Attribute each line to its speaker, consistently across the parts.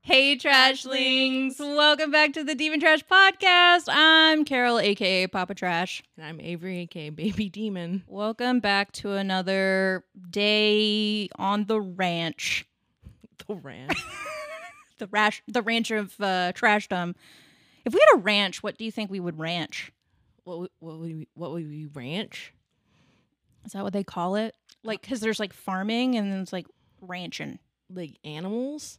Speaker 1: Hey, Trashlings. Welcome back to the Demon Trash Podcast. I'm Carol, aka Papa Trash.
Speaker 2: And I'm Avery, aka Baby Demon.
Speaker 1: Welcome back to another day on the ranch.
Speaker 2: The ranch.
Speaker 1: The rash the ranch of uh trashdom. If we had a ranch, what do you think we would ranch?
Speaker 2: what, would- what, would we, what would we ranch?
Speaker 1: Is that what they call it? Like cuz there's like farming and then it's like ranching.
Speaker 2: Like animals?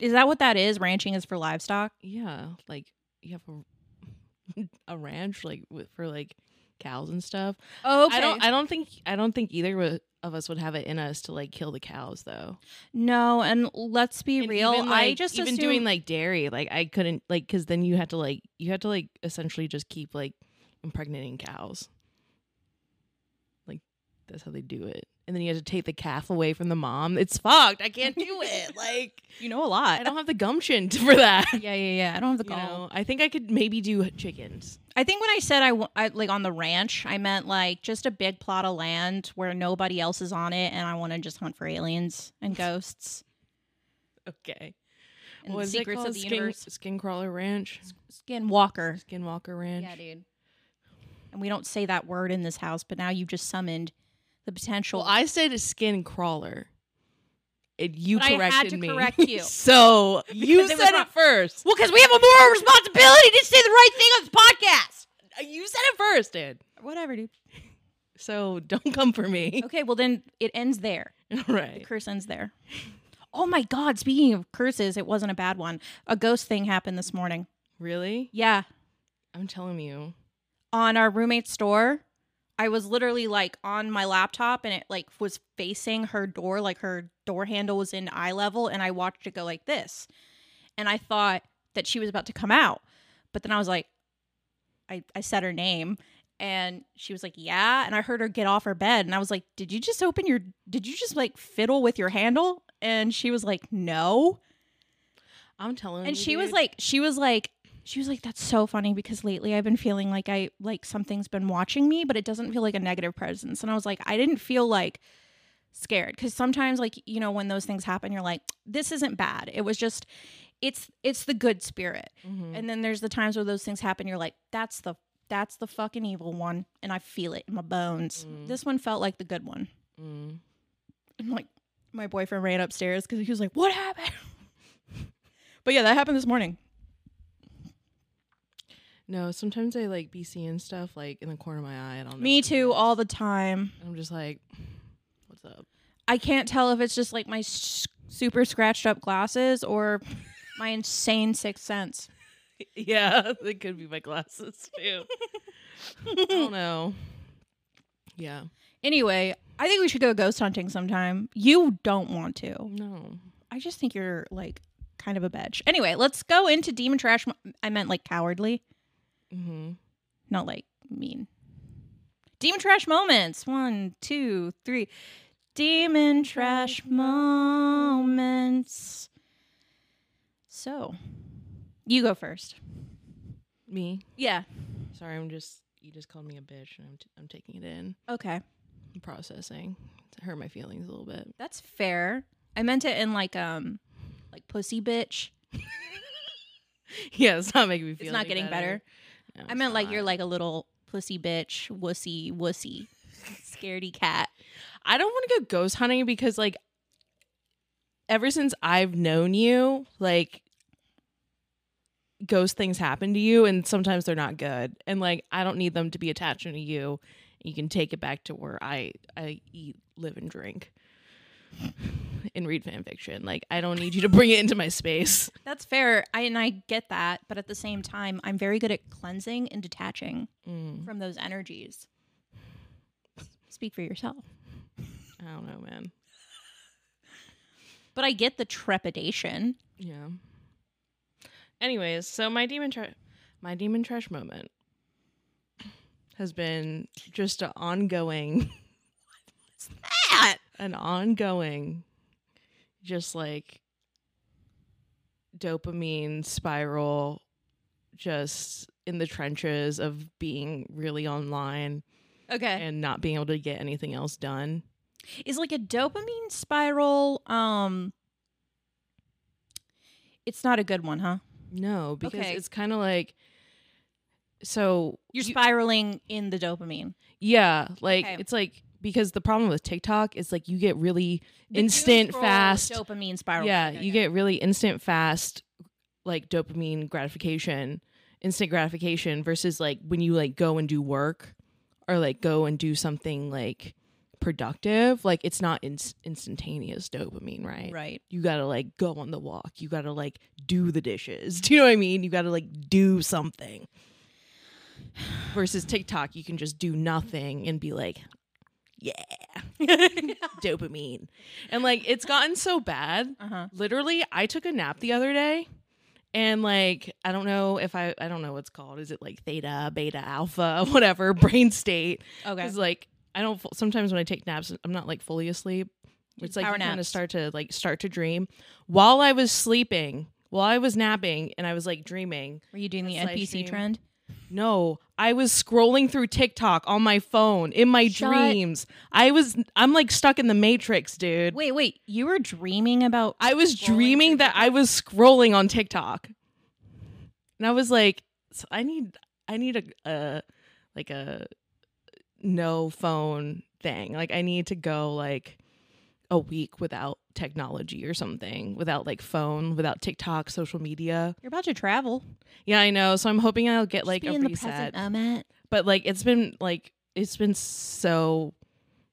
Speaker 1: Is that what that is? Ranching is for livestock?
Speaker 2: Yeah. Like you have a, a ranch like with, for like cows and stuff.
Speaker 1: Oh,
Speaker 2: I don't I don't think I don't think either wa- of us would have it in us to like kill the cows though.
Speaker 1: no, and let's be
Speaker 2: And
Speaker 1: real.
Speaker 2: even,
Speaker 1: I
Speaker 2: like,
Speaker 1: just
Speaker 2: even
Speaker 1: assume-
Speaker 2: doing like dairy, like I couldn't like cuz then you had to like you had to like essentially just keep like impregnating cows. Like that's how they do it. And then you had to take the calf away from the mom. It's fucked. I can't do it. Like
Speaker 1: you know a lot.
Speaker 2: I don't have the gumption for that.
Speaker 1: yeah, yeah, yeah. I don't have the
Speaker 2: You
Speaker 1: gall.
Speaker 2: know, I think I could maybe do chickens.
Speaker 1: I think when I said I, wa- I like on the ranch, I meant like just a big plot of land where nobody else is on it, and I want to just hunt for aliens and ghosts
Speaker 2: Okay.
Speaker 1: and
Speaker 2: What
Speaker 1: the
Speaker 2: is it
Speaker 1: secrets of
Speaker 2: called?
Speaker 1: the
Speaker 2: Skin-
Speaker 1: universe.
Speaker 2: Skincrawler Ranch.
Speaker 1: Skinwalker.
Speaker 2: Skinwalker Ranch.
Speaker 1: Yeah, dude. And we don't say that word in this house, but now you've just summoned the potential.
Speaker 2: Well, I said a skin crawler. And you
Speaker 1: But I
Speaker 2: corrected
Speaker 1: had to
Speaker 2: me.
Speaker 1: correct you.
Speaker 2: so you
Speaker 1: Because it was
Speaker 2: said
Speaker 1: wrong.
Speaker 2: it first.
Speaker 1: well, because we have a moral responsibility to say the right thing on this podcast.
Speaker 2: You said it first, dude.
Speaker 1: Whatever, dude.
Speaker 2: So don't come for me.
Speaker 1: Okay, well then it ends there.
Speaker 2: All right.
Speaker 1: curse ends there. Oh my God! Speaking of curses, it wasn't a bad one. A ghost thing happened this morning.
Speaker 2: Really?
Speaker 1: Yeah,
Speaker 2: I'm telling you.
Speaker 1: on our roommate's door. I was literally like on my laptop and it like was facing her door, like her door handle was in eye level, and I watched it go like this. And I thought that she was about to come out. But then I was like, I, I said her name and she was like, Yeah. And I heard her get off her bed and I was like, Did you just open your did you just like fiddle with your handle? And she was like, No.
Speaker 2: I'm telling you.
Speaker 1: And she was
Speaker 2: dude.
Speaker 1: like, she was like, she was like, that's so funny because lately I've been feeling like I like something's been watching me, but it doesn't feel like a negative presence. And I was like, I didn't feel like scared because sometimes like you know when those things happen, you're like, this isn't bad. It was just, it's it's the good spirit.
Speaker 2: Mhm.
Speaker 1: And then there's the times where those things happen, you're like, that's the that's the fucking evil one, and I feel it in my bones.
Speaker 2: Mm.
Speaker 1: This one felt like the good one.
Speaker 2: Mm.
Speaker 1: And like my boyfriend ran upstairs because he was like, "What happened?" but yeah, that happened this morning.
Speaker 2: No, sometimes I like be seeing stuff like in the corner of my eye. I don't know.
Speaker 1: Me
Speaker 2: what it
Speaker 1: too,
Speaker 2: is.
Speaker 1: all the time.
Speaker 2: I'm just like, what's up?
Speaker 1: I can't tell if it's just like my s- super scratched up glasses or my insane sixth sense.
Speaker 2: Yeah, they could be my glasses too. I don't know. Yeah.
Speaker 1: Anyway, I think we should go ghost hunting sometime. You don't want to.
Speaker 2: No.
Speaker 1: I just think you're like kind of a bitch. Anyway, let's go into demon trash. I meant like cowardly,
Speaker 2: Mm-hmm.
Speaker 1: not like mean. Demon trash moments. One, two, three. Demon trash moments. So, you go first.
Speaker 2: Me.
Speaker 1: Yeah.
Speaker 2: Sorry, I'm just. You just called me a bitch, and I'm, t- I'm taking it in.
Speaker 1: Okay.
Speaker 2: I'm processing. It hurt my feelings a little bit.
Speaker 1: That's fair. I meant it in like um like pussy bitch.
Speaker 2: Yeah, it's not making me feel.
Speaker 1: It's not
Speaker 2: any
Speaker 1: getting better.
Speaker 2: No,
Speaker 1: I
Speaker 2: it's
Speaker 1: meant like
Speaker 2: not.
Speaker 1: you're like a little pussy bitch, wussy, wussy, scaredy cat.
Speaker 2: I don't want to go ghost hunting because like, ever since I've known you, like, ghost things happen to you, and sometimes they're not good, and like I don't need them to be attached to you. You can take it back to where I I eat, live, and drink. And read fan fiction. Like I don't need you to bring it into my space.
Speaker 1: That's fair. I and I get that, but at the same time, I'm very good at cleansing and detaching
Speaker 2: Mm.
Speaker 1: from those energies. Speak for yourself.
Speaker 2: I don't know, man.
Speaker 1: But I get the trepidation.
Speaker 2: Yeah. Anyways, so my demon trash, my demon trash moment has been just an ongoing, an ongoing, just like dopamine spiral, just in the trenches of being really online
Speaker 1: Okay.
Speaker 2: and not being able to get anything else done.
Speaker 1: Is like a dopamine spiral um It's not a good one, huh?
Speaker 2: No, because
Speaker 1: Okay.
Speaker 2: it's kind of like so
Speaker 1: You're
Speaker 2: you-
Speaker 1: spiraling in the dopamine.
Speaker 2: yeah, like
Speaker 1: Okay.
Speaker 2: it's like because the problem with TikTok is like you get really
Speaker 1: The doom
Speaker 2: instant
Speaker 1: scroll
Speaker 2: fast
Speaker 1: dopamine spiral.
Speaker 2: yeah,
Speaker 1: Okay,
Speaker 2: you
Speaker 1: okay.
Speaker 2: get really instant fast like dopamine gratification, instant gratification versus like when you like go and do work or like go and do something like productive, like it's not ins instantaneous dopamine, right?
Speaker 1: right.
Speaker 2: you gotta like go on the walk you gotta like do the dishes do you know what i mean you gotta like do something versus tiktok you can just do nothing and be like yeah dopamine and like it's gotten so bad
Speaker 1: Uh huh.
Speaker 2: literally i took a nap the other day and like i don't know if i i don't know what's called is it like theta beta alpha whatever brain state
Speaker 1: Okay.
Speaker 2: because like I don't. fu- Sometimes when I take naps, I'm not like fully asleep. It's like
Speaker 1: power
Speaker 2: you kind of
Speaker 1: naps.
Speaker 2: start to like start to dream. While I was sleeping, while I was napping, and I was like dreaming.
Speaker 1: Were you doing the
Speaker 2: That's live
Speaker 1: NPC
Speaker 2: stream.
Speaker 1: trend?
Speaker 2: No, I was scrolling through TikTok on my phone in my
Speaker 1: Shut-
Speaker 2: dreams. I was. I'm like stuck in the matrix, dude.
Speaker 1: Wait, wait. You were dreaming about.
Speaker 2: I was
Speaker 1: Scrolling through
Speaker 2: dreaming that I was scrolling on TikTok, and I was like, so I need, I need a, a, like a, no phone thing. Like I need to go like a week without technology or something, without like phone, without TikTok, social media.
Speaker 1: You're about to travel.
Speaker 2: Yeah, I know. So I'm hoping I'll get
Speaker 1: Just
Speaker 2: like
Speaker 1: be
Speaker 2: a
Speaker 1: in the
Speaker 2: reset.
Speaker 1: present moment.
Speaker 2: but like it's been like it's been so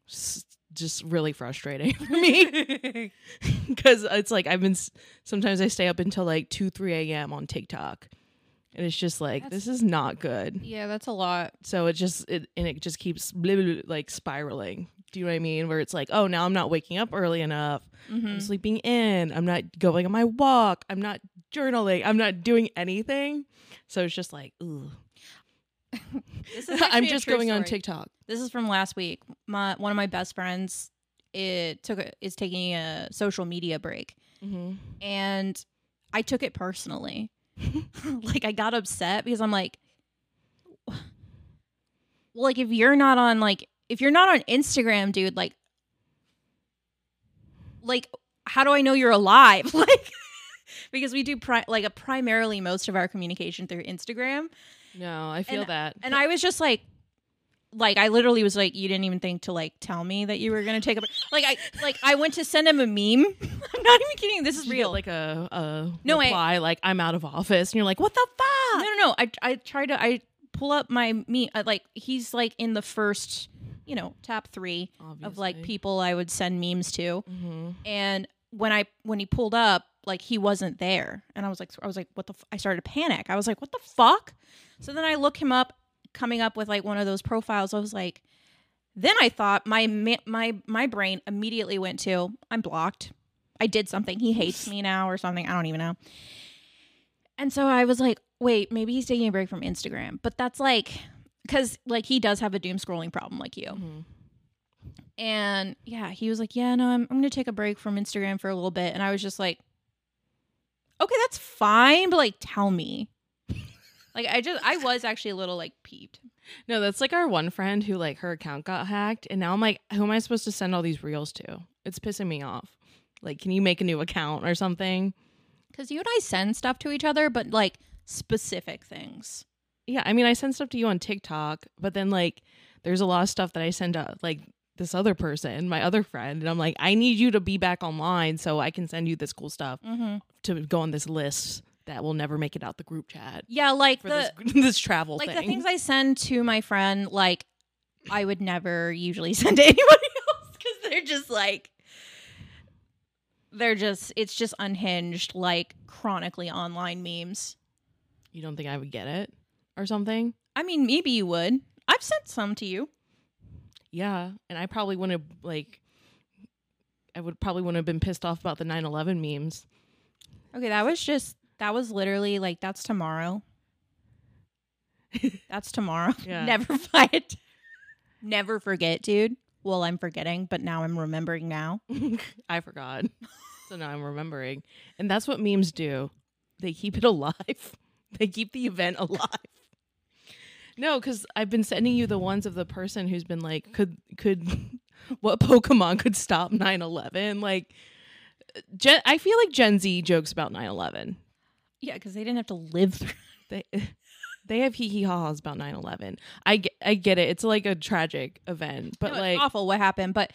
Speaker 2: s- just really frustrating for me because it's like i've been s- sometimes i stay up until like 2 3 a.m on tiktok and it's just like
Speaker 1: That's-
Speaker 2: this is not good
Speaker 1: Yeah, that's a lot.
Speaker 2: so it just it and it just keeps blah, blah, blah, like spiraling do you know what i mean where it's like oh now i'm not waking up early enough
Speaker 1: Mm-hmm.
Speaker 2: i'm sleeping in i'm not going on my walk i'm not journaling i'm not doing anything so it's just like ugh.
Speaker 1: This is
Speaker 2: i'm
Speaker 1: actually a
Speaker 2: just
Speaker 1: true
Speaker 2: going on
Speaker 1: story.
Speaker 2: tiktok
Speaker 1: This is from last week. My one of my best friends it took a, is taking a social media break,
Speaker 2: Mhm.
Speaker 1: and I took it personally. like I got upset because I'm like, well, like if you're not on like if you're not on Instagram, dude, like, like how do I know you're alive? like because we do pri- like a primarily most of our communication through Instagram.
Speaker 2: No, I feel that.
Speaker 1: And I was just like, like I literally was like, you didn't even think to like tell me that you were gonna take a like I like I went to send him a meme. I'm not even kidding. This is
Speaker 2: Did you get,
Speaker 1: real.
Speaker 2: like a, a
Speaker 1: No, I-
Speaker 2: reply like I'm out of office, and you're like, what the
Speaker 1: no,
Speaker 2: fuck?
Speaker 1: no, no. I I tried to I pull up my meme. I, like he's like in the first, you know, top three of like people I would send memes to.
Speaker 2: hmm
Speaker 1: And when I when he pulled up, like he wasn't there, and I was like, I was like, what the? F-? I started to panic. I was like, what the fuck? So then I look him up, coming up with like one of those profiles. I was like, then I thought my ma- my my brain immediately went to I'm blocked. I did something. He hates me now or something. I don't even know. And so I was like, wait, maybe he's taking a break from Instagram. But that's like, because like he does have a doom scrolling problem like you. And yeah, he was like, Yeah, no, I'm, I'm going to take a break from Instagram for a little bit. And I was just like, Okay, that's fine, but like, tell me. like, I just, I was actually a little like peeved.
Speaker 2: No, that's like our one friend who like her account got hacked, and now I'm like, who am I supposed to send all these reels to? It's pissing me off. Like, can you make a new account or something?
Speaker 1: Cause you and I send stuff to each other, but like specific things.
Speaker 2: Yeah, I mean, I send stuff to you on TikTok, but then like, there's a lot of stuff that I send to like this other person, my other friend, and I'm like, I need you to be back online so I can send you this cool stuff
Speaker 1: Mm-hmm.
Speaker 2: to go on this list that will never make it out the group chat.
Speaker 1: Yeah, like
Speaker 2: for
Speaker 1: the,
Speaker 2: this, this travel
Speaker 1: like
Speaker 2: thing.
Speaker 1: the things I send to my friend, like I would never usually send to anybody else because they're just like they're just it's just unhinged, like chronically online memes.
Speaker 2: you don't think I would get it or something?
Speaker 1: I mean, maybe you would. I've sent some to you.
Speaker 2: Yeah, and I probably wouldn't have like. I would probably wouldn't have been pissed off about the 9/11 memes.
Speaker 1: Okay, that was just that was literally like that's tomorrow. that's tomorrow.
Speaker 2: Yeah.
Speaker 1: Never fight. Never forget, dude. Well, I'm forgetting, but now I'm remembering now.
Speaker 2: I forgot, so now I'm remembering, and that's what memes do. They keep it alive. They keep the event alive. No, because I've been sending you the ones of the person who's been like, could could what Pokemon could uh, stop 9/11? Like, Gen- I feel like Gen Z jokes about 9/11.
Speaker 1: Yeah, because they didn't have to live through.
Speaker 2: They they have hee hee ha ha's about 9-11. I get, I get it. It's like a tragic event, but
Speaker 1: No, it's
Speaker 2: like
Speaker 1: awful what happened. But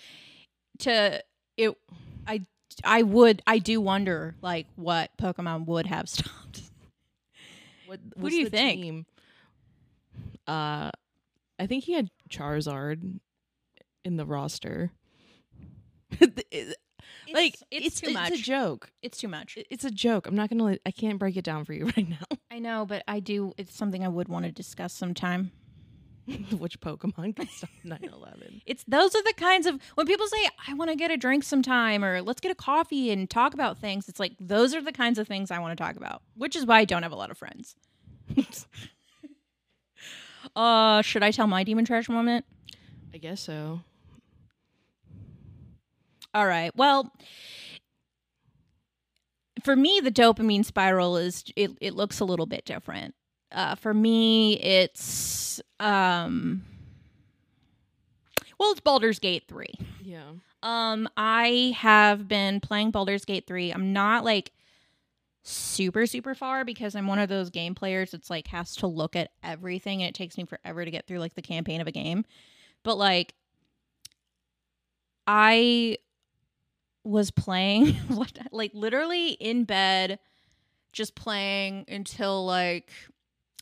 Speaker 1: to it, I I would I do wonder like what Pokemon would have stopped.
Speaker 2: what,
Speaker 1: do
Speaker 2: what's
Speaker 1: you
Speaker 2: the
Speaker 1: think?
Speaker 2: Team? Uh, I think he had Charizard in the roster. like
Speaker 1: it's, too much.
Speaker 2: It's a joke.
Speaker 1: it's too much.
Speaker 2: It- It's a joke. I'm not gonna. Let, I can't break it down for you right now.
Speaker 1: I know, but I do. It's something I would want to discuss sometime.
Speaker 2: Which Pokemon can stop 9/11?
Speaker 1: It's those are the kinds of when people say I want to get a drink sometime or let's get a coffee and talk about things. It's like those are the kinds of things I want to talk about, which is why I don't have a lot of friends. Uh, should I tell my demon trash moment?
Speaker 2: I guess so.
Speaker 1: All right. Well, for me, the dopamine spiral is it, it looks a little bit different. Uh, for me, it's um, well, it's Baldur's Gate three.
Speaker 2: Yeah.
Speaker 1: Um, I have been playing Baldur's Gate 3. I'm not like super super far because I'm one of those game players that's like has to look at everything and it takes me forever to get through like the campaign of a game. But like I was playing what like literally in bed just playing until like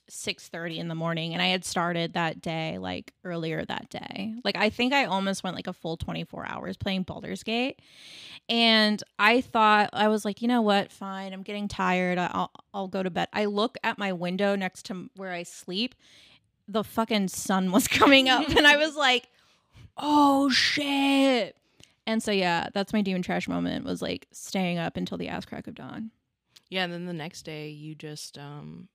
Speaker 1: 6:30 in the morning and I had started that day like earlier that day. Like I think I almost went like a full 24 hours playing Baldur's Gate. And I thought I was like, "You know what? Fine. I'm getting tired. I- I'll I'll go to bed." I look at my window next to m- where I sleep. The fucking sun was coming up and I was like, "Oh shit." And so yeah, that's my demon trash moment was like staying up until the ass crack of dawn.
Speaker 2: Yeah. And then the next day, you just um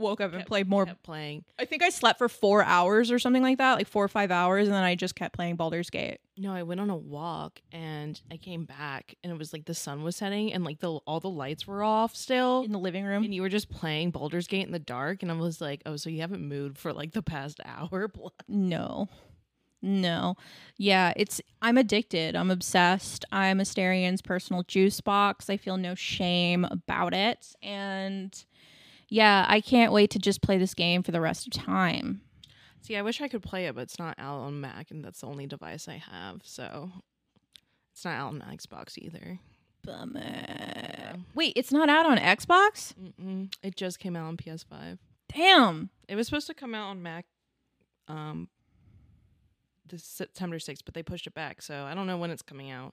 Speaker 1: Woke up
Speaker 2: and
Speaker 1: played more
Speaker 2: kept playing.
Speaker 1: I think I slept for four hours or something like that, like four or five hours, and then I just kept playing Baldur's Gate.
Speaker 2: No, I went on a walk and I came back and it was like the sun was setting and like the all the lights were off still.
Speaker 1: in the living room.
Speaker 2: and you were just playing Baldur's Gate in the dark, and I was like, "Oh, so you haven't moved for like the past hour?" Blah.
Speaker 1: no. No. Yeah, it's I'm addicted. I'm obsessed. I'm Asterian's personal juice box. I feel no shame about it. And yeah, I can't wait to just play this game for the rest of time.
Speaker 2: See, I wish I could play it, but it's not out on Mac, and that's the only device I have, so it's not out on Xbox either.
Speaker 1: Bummer. Wait, it's not out on Xbox?
Speaker 2: Mm-mm. It just came out on PS5.
Speaker 1: Damn.
Speaker 2: It was supposed to come out on Mac, um, this September sixth, but they pushed it back, so I don't know when it's coming out.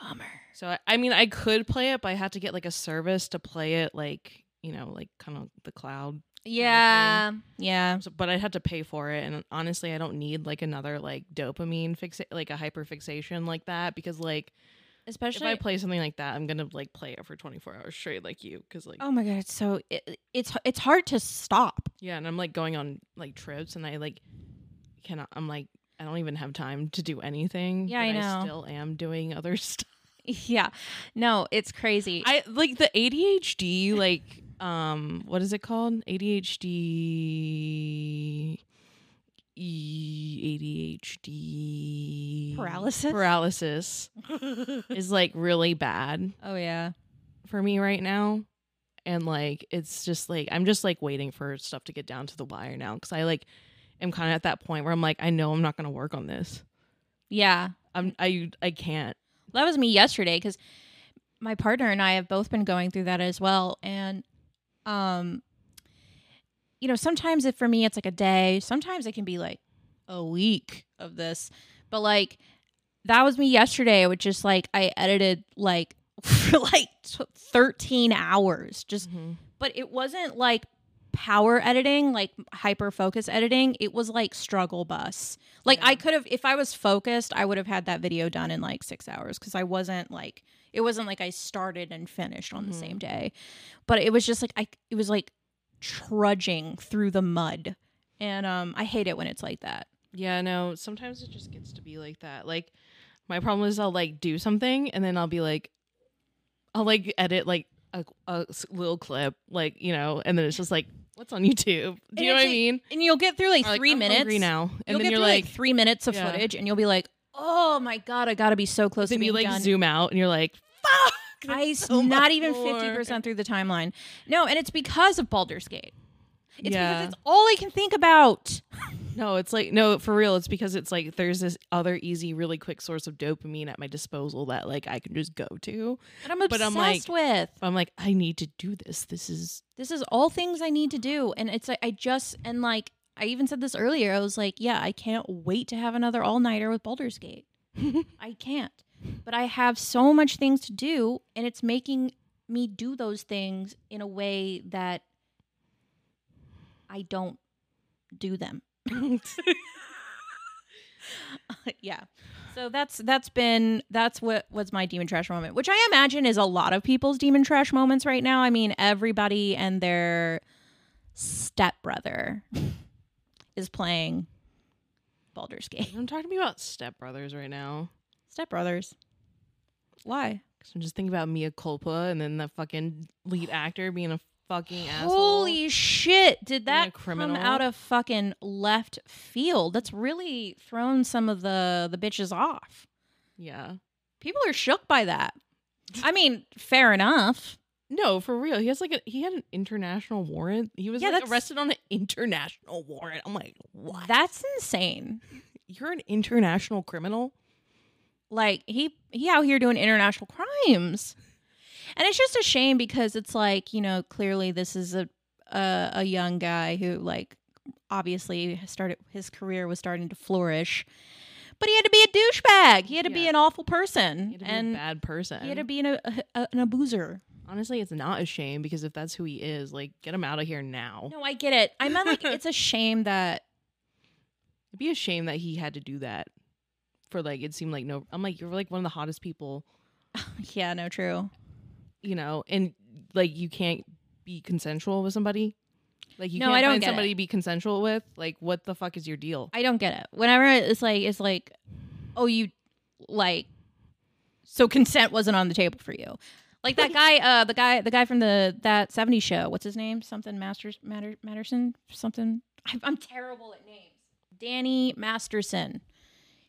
Speaker 1: Bummer.
Speaker 2: So I, I mean, I could play it, but I had to get like a service to play it, like you know, like kind of the cloud
Speaker 1: Yeah. Yeah.
Speaker 2: So- but I'd have to pay for it. And honestly, I don't need like another like dopamine fix, like a hyperfixation like that because like
Speaker 1: Especially
Speaker 2: if I play something like that, I'm gonna like play it for 24 hours straight, like you, because like
Speaker 1: Oh my god, it's so it, it's it's hard to stop.
Speaker 2: yeah, and I'm like going on like trips, and I like cannot. I'm like I don't even have time to do anything.
Speaker 1: Yeah,
Speaker 2: but
Speaker 1: I know.
Speaker 2: still am doing other stuff.
Speaker 1: Yeah. No, it's crazy.
Speaker 2: I like the ADHD, like um, what is it called? ADHD. E- ADHD
Speaker 1: Paralysis?
Speaker 2: paralysis is like really bad
Speaker 1: oh yeah.
Speaker 2: for me right now and like it's just like i'm just like waiting for stuff to get down to the wire now because i like am kind of at that point where i'm like i know i'm not gonna work on this
Speaker 1: Yeah.
Speaker 2: i'm i i can't
Speaker 1: That was me yesterday cuz my partner and I have both been going through that as well and um you know, sometimes it for me it's like a day, sometimes it can be like a week of this. But like that was me yesterday, which just like I edited like for like t- 13 hours just but it wasn't like power editing like hyper focus editing it was like struggle bus like i
Speaker 2: Yeah.
Speaker 1: could have if i was focused i would have had that video done in like six hours because i wasn't like it wasn't like i started and finished on the
Speaker 2: Mhm.
Speaker 1: same day but it was just like i it was like trudging through the mud and um i hate it when it's like that
Speaker 2: Yeah, no, sometimes it just gets to be like that. Like my problem is I'll like do something and then I'll be like I'll like edit like a, a s- little clip like, you know, and then it's just like what's on YouTube. Do you
Speaker 1: it's
Speaker 2: know what I
Speaker 1: like-
Speaker 2: mean?
Speaker 1: and you'll get through like
Speaker 2: Or, like,
Speaker 1: three
Speaker 2: I'm
Speaker 1: minutes
Speaker 2: hungry now. And
Speaker 1: you'll
Speaker 2: then
Speaker 1: get
Speaker 2: you're
Speaker 1: through
Speaker 2: like,
Speaker 1: like, three minutes of
Speaker 2: Yeah.
Speaker 1: footage and you'll be like oh my god i gotta be so close
Speaker 2: then
Speaker 1: to
Speaker 2: you
Speaker 1: being
Speaker 2: like
Speaker 1: done
Speaker 2: zoom out and you're like
Speaker 1: I
Speaker 2: so much
Speaker 1: not even
Speaker 2: more.
Speaker 1: fifty percent through the timeline. No, and it's because of Baldur's Gate. It's
Speaker 2: Yeah.
Speaker 1: because it's all I can think about.
Speaker 2: No, it's like no, for real. It's because it's like there's this other easy, really quick source of dopamine at my disposal that like I can just go to.
Speaker 1: That I'm
Speaker 2: But
Speaker 1: obsessed
Speaker 2: I'm like-
Speaker 1: with.
Speaker 2: I'm like, I need to do this. This is
Speaker 1: This is all things I need to do, and it's like I just and like I even said this earlier. I was like, yeah, I can't wait to have another all nighter with Baldur's Gate. I can't, but I have so much things to do, and it's making me do those things in a way that I don't do them. yeah. So that's that's been that's what was my demon trash moment, which I imagine is a lot of people's demon trash moments right now. I mean, everybody and their stepbrother is playing Baldur's Gate.
Speaker 2: I'm talking to me about stepbrothers right now.
Speaker 1: Stepbrothers. Why?
Speaker 2: Cause I'm just thinking about Mia culpa and then the fucking lead actor being a fucking asshole.
Speaker 1: Holy shit! Did
Speaker 2: Being a
Speaker 1: that come
Speaker 2: criminal.
Speaker 1: out of fucking left field? That's really thrown some of the the bitches off.
Speaker 2: Yeah.
Speaker 1: People are shook by that. I mean, fair enough.
Speaker 2: No, for real. He has like a he had an international warrant. He was
Speaker 1: Yeah,
Speaker 2: like
Speaker 1: that's-
Speaker 2: arrested on an international warrant. I'm like, what?
Speaker 1: That's insane.
Speaker 2: You're an international criminal?
Speaker 1: Like he he out here doing international crimes. And it's just a shame because it's like, you know, clearly this is a a, a young guy who like obviously started his career was starting to flourish. But he had to be a douchebag. He had to be
Speaker 2: Yeah.
Speaker 1: an awful person
Speaker 2: You had to be a
Speaker 1: and
Speaker 2: bad person.
Speaker 1: he had to be an, a, a- an abuser.
Speaker 2: Honestly, it's not a shame because if that's who he is, like get him out of here now.
Speaker 1: No, I get it. I meant like it's a shame that
Speaker 2: It'd be a shame that he had to do that. For like it seemed like no I'm like, you're like one of the hottest people,
Speaker 1: yeah, no true.
Speaker 2: you know, and like you can't be consensual with somebody. Like you
Speaker 1: No,
Speaker 2: can't
Speaker 1: I don't
Speaker 2: find
Speaker 1: get
Speaker 2: somebody
Speaker 1: it.
Speaker 2: to be consensual with. Like what the fuck is your deal?
Speaker 1: I don't get it. Whenever it's like it's like, oh, you like, so consent wasn't on the table for you. Like that guy, uh, the guy, the guy from the that '70s show. What's his name? Something Masters Matter, Matterson. Something. I, I'm terrible at names. Danny Masterson.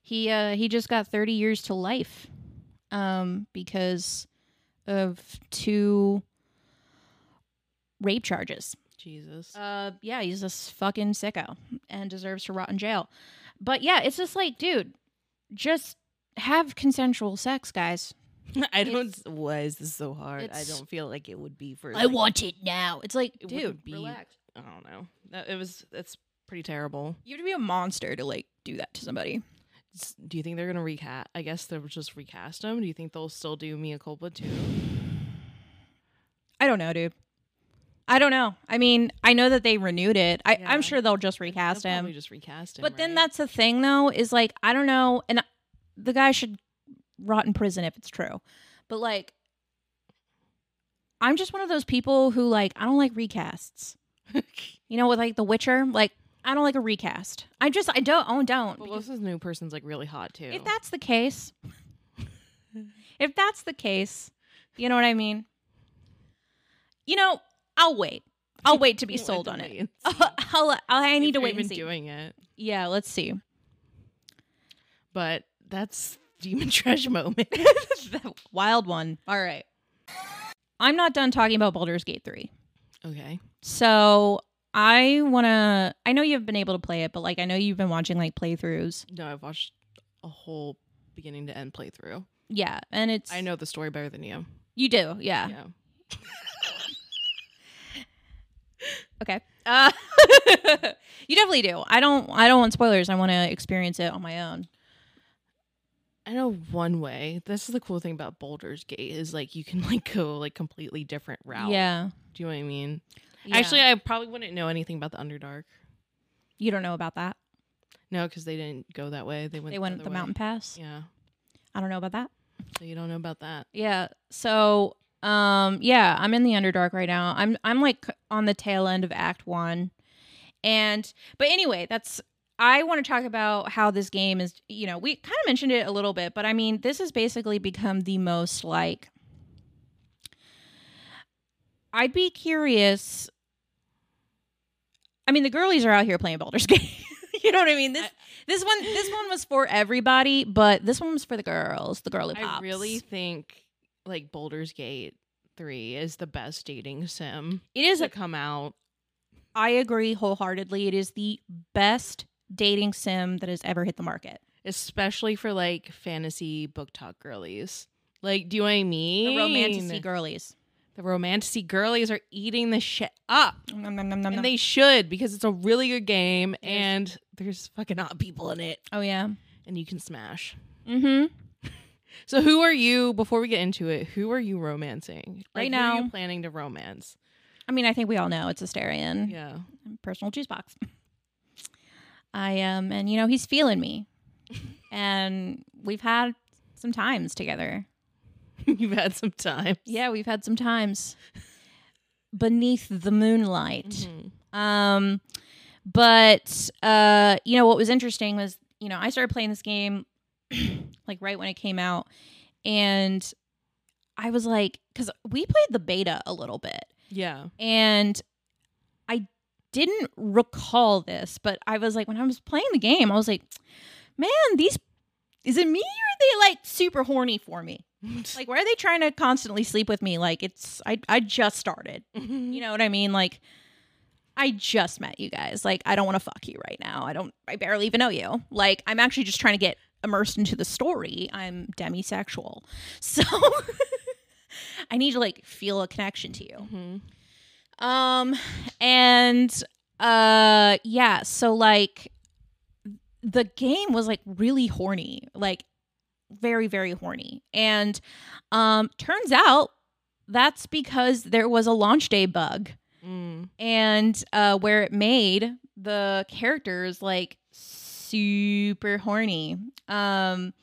Speaker 1: He uh he just got 30 years to life, um because of two rape charges.
Speaker 2: Jesus.
Speaker 1: Uh, yeah, he's a fucking sicko and deserves to rot in jail. But yeah, it's just like, dude, just have consensual sex, guys.
Speaker 2: I don't. Why is this so hard? I
Speaker 1: Uh, it's-
Speaker 2: don't feel like it would be for.
Speaker 1: I
Speaker 2: like-
Speaker 1: want it now. It's like,
Speaker 2: It
Speaker 1: dude,
Speaker 2: wouldn't be-
Speaker 1: relax.
Speaker 2: I don't know. That- It was. That's pretty terrible.
Speaker 1: You have to be a monster to like do that to somebody.
Speaker 2: S- Do you think they're gonna recast? I guess they'll just recast him. Do you think they'll still do Mia culpa too?
Speaker 1: I don't know, dude. I don't know. I mean, I know that they renewed it. I,
Speaker 2: Yeah.
Speaker 1: I'm sure they'll just recast
Speaker 2: They'll
Speaker 1: him.
Speaker 2: probably Just recast him.
Speaker 1: But then
Speaker 2: right?
Speaker 1: that's the thing, though, is like I don't know, and the guy should rot in prison if it's true. But like, I'm just one of those people who like I don't like recasts. You know, with like The Witcher, like I don't like a recast. I just I don't I don't.
Speaker 2: but
Speaker 1: because
Speaker 2: what if this new person's like really hot too?
Speaker 1: if that's the case, if that's the case, you know what I mean. You know, I'll wait. I'll wait to be
Speaker 2: We'll have
Speaker 1: sold
Speaker 2: to
Speaker 1: on
Speaker 2: wait
Speaker 1: it.
Speaker 2: and see
Speaker 1: I'll, I'll- I need to
Speaker 2: if they're
Speaker 1: wait and
Speaker 2: even
Speaker 1: see.
Speaker 2: Doing it,
Speaker 1: Yeah, let's see.
Speaker 2: but that's demon trash moment.
Speaker 1: The wild one. All right. I'm not done talking about Baldur's Gate 3.
Speaker 2: okay.
Speaker 1: So I want to. I know you've been able to play it, but like I know you've been watching like playthroughs.
Speaker 2: No, I've watched a whole beginning to end playthrough.
Speaker 1: Yeah. And it's.
Speaker 2: I know the story better than you.
Speaker 1: You do. Yeah.
Speaker 2: Yeah.
Speaker 1: Okay. Uh, you definitely do. I don't. I don't want spoilers. I want to experience it on my own.
Speaker 2: I know one way. This is the cool thing about Boulder's Gate is like you can like go like completely different route.
Speaker 1: Yeah.
Speaker 2: Do you know what I mean?
Speaker 1: Yeah.
Speaker 2: Actually, I probably wouldn't know anything about the Underdark.
Speaker 1: you don't know about that.
Speaker 2: No, because they didn't go that way. They went.
Speaker 1: They went up
Speaker 2: other
Speaker 1: the
Speaker 2: way.
Speaker 1: mountain pass.
Speaker 2: Yeah.
Speaker 1: I don't know about that.
Speaker 2: So you don't know about that.
Speaker 1: Yeah. So, um, yeah, I'm in the Underdark right now. I'm I'm like on the tail end of Act One, and but anyway, that's I want to talk about how this game is. You know, we kind of mentioned it a little bit, but I mean, this has basically become the most like. I'd be curious. I mean, the girlies are out here playing Baldur's Gate. you know what I mean? This
Speaker 2: I-
Speaker 1: this one this one was for everybody, but this one was for the girls, the girly pops.
Speaker 2: I really think like Boulder's Gate 3 is the best dating sim
Speaker 1: It is.
Speaker 2: to
Speaker 1: A,
Speaker 2: come out.
Speaker 1: I agree wholeheartedly. It is the best dating sim that has ever hit the market.
Speaker 2: especially for like fantasy book talk girlies. Like, do you know what I mean?
Speaker 1: The romantic girlies.
Speaker 2: The romanticy girlies are eating the shit up,
Speaker 1: Nom, nom, nom, nom, nom.
Speaker 2: and they should because it's a really good game,
Speaker 1: It is.
Speaker 2: and there's fucking hot people in it,
Speaker 1: oh yeah.
Speaker 2: and you can smash.
Speaker 1: Mm-hmm.
Speaker 2: So, who are you? Before we get into it, who are you romancing
Speaker 1: Right
Speaker 2: Like, who are you
Speaker 1: now-
Speaker 2: planning to romance?
Speaker 1: I mean, I think we all know it's Asterion.
Speaker 2: Yeah,
Speaker 1: personal juice box. I um and you know he's feeling me. and we've had some times together.
Speaker 2: you've had some time.
Speaker 1: Yeah, we've had some times beneath the moonlight.
Speaker 2: Mhm.
Speaker 1: Um but uh you know what was interesting was you know I started playing this game like right when it came out and I was like cuz we played the beta a little bit
Speaker 2: Yeah,
Speaker 1: and I didn't recall this, but I was like, when I was playing the game, I was like, man, these is it me or are they like super horny for me? Like, why are they trying to constantly sleep with me? Like, it's I I just started.
Speaker 2: Mm-hmm.
Speaker 1: You know what I mean? Like, I just met you guys. Like, I don't want to fuck you right now. I don't. I barely even know you. Like, I'm actually just trying to get immersed into the story. I'm demisexual, so I need to like feel a connection to you. Um, and uh, yeah, so like the game was like really horny, like very, very horny. And um, turns out that's because there was a launch day bug
Speaker 2: Mm.
Speaker 1: and uh, where it made the characters like super horny. Um,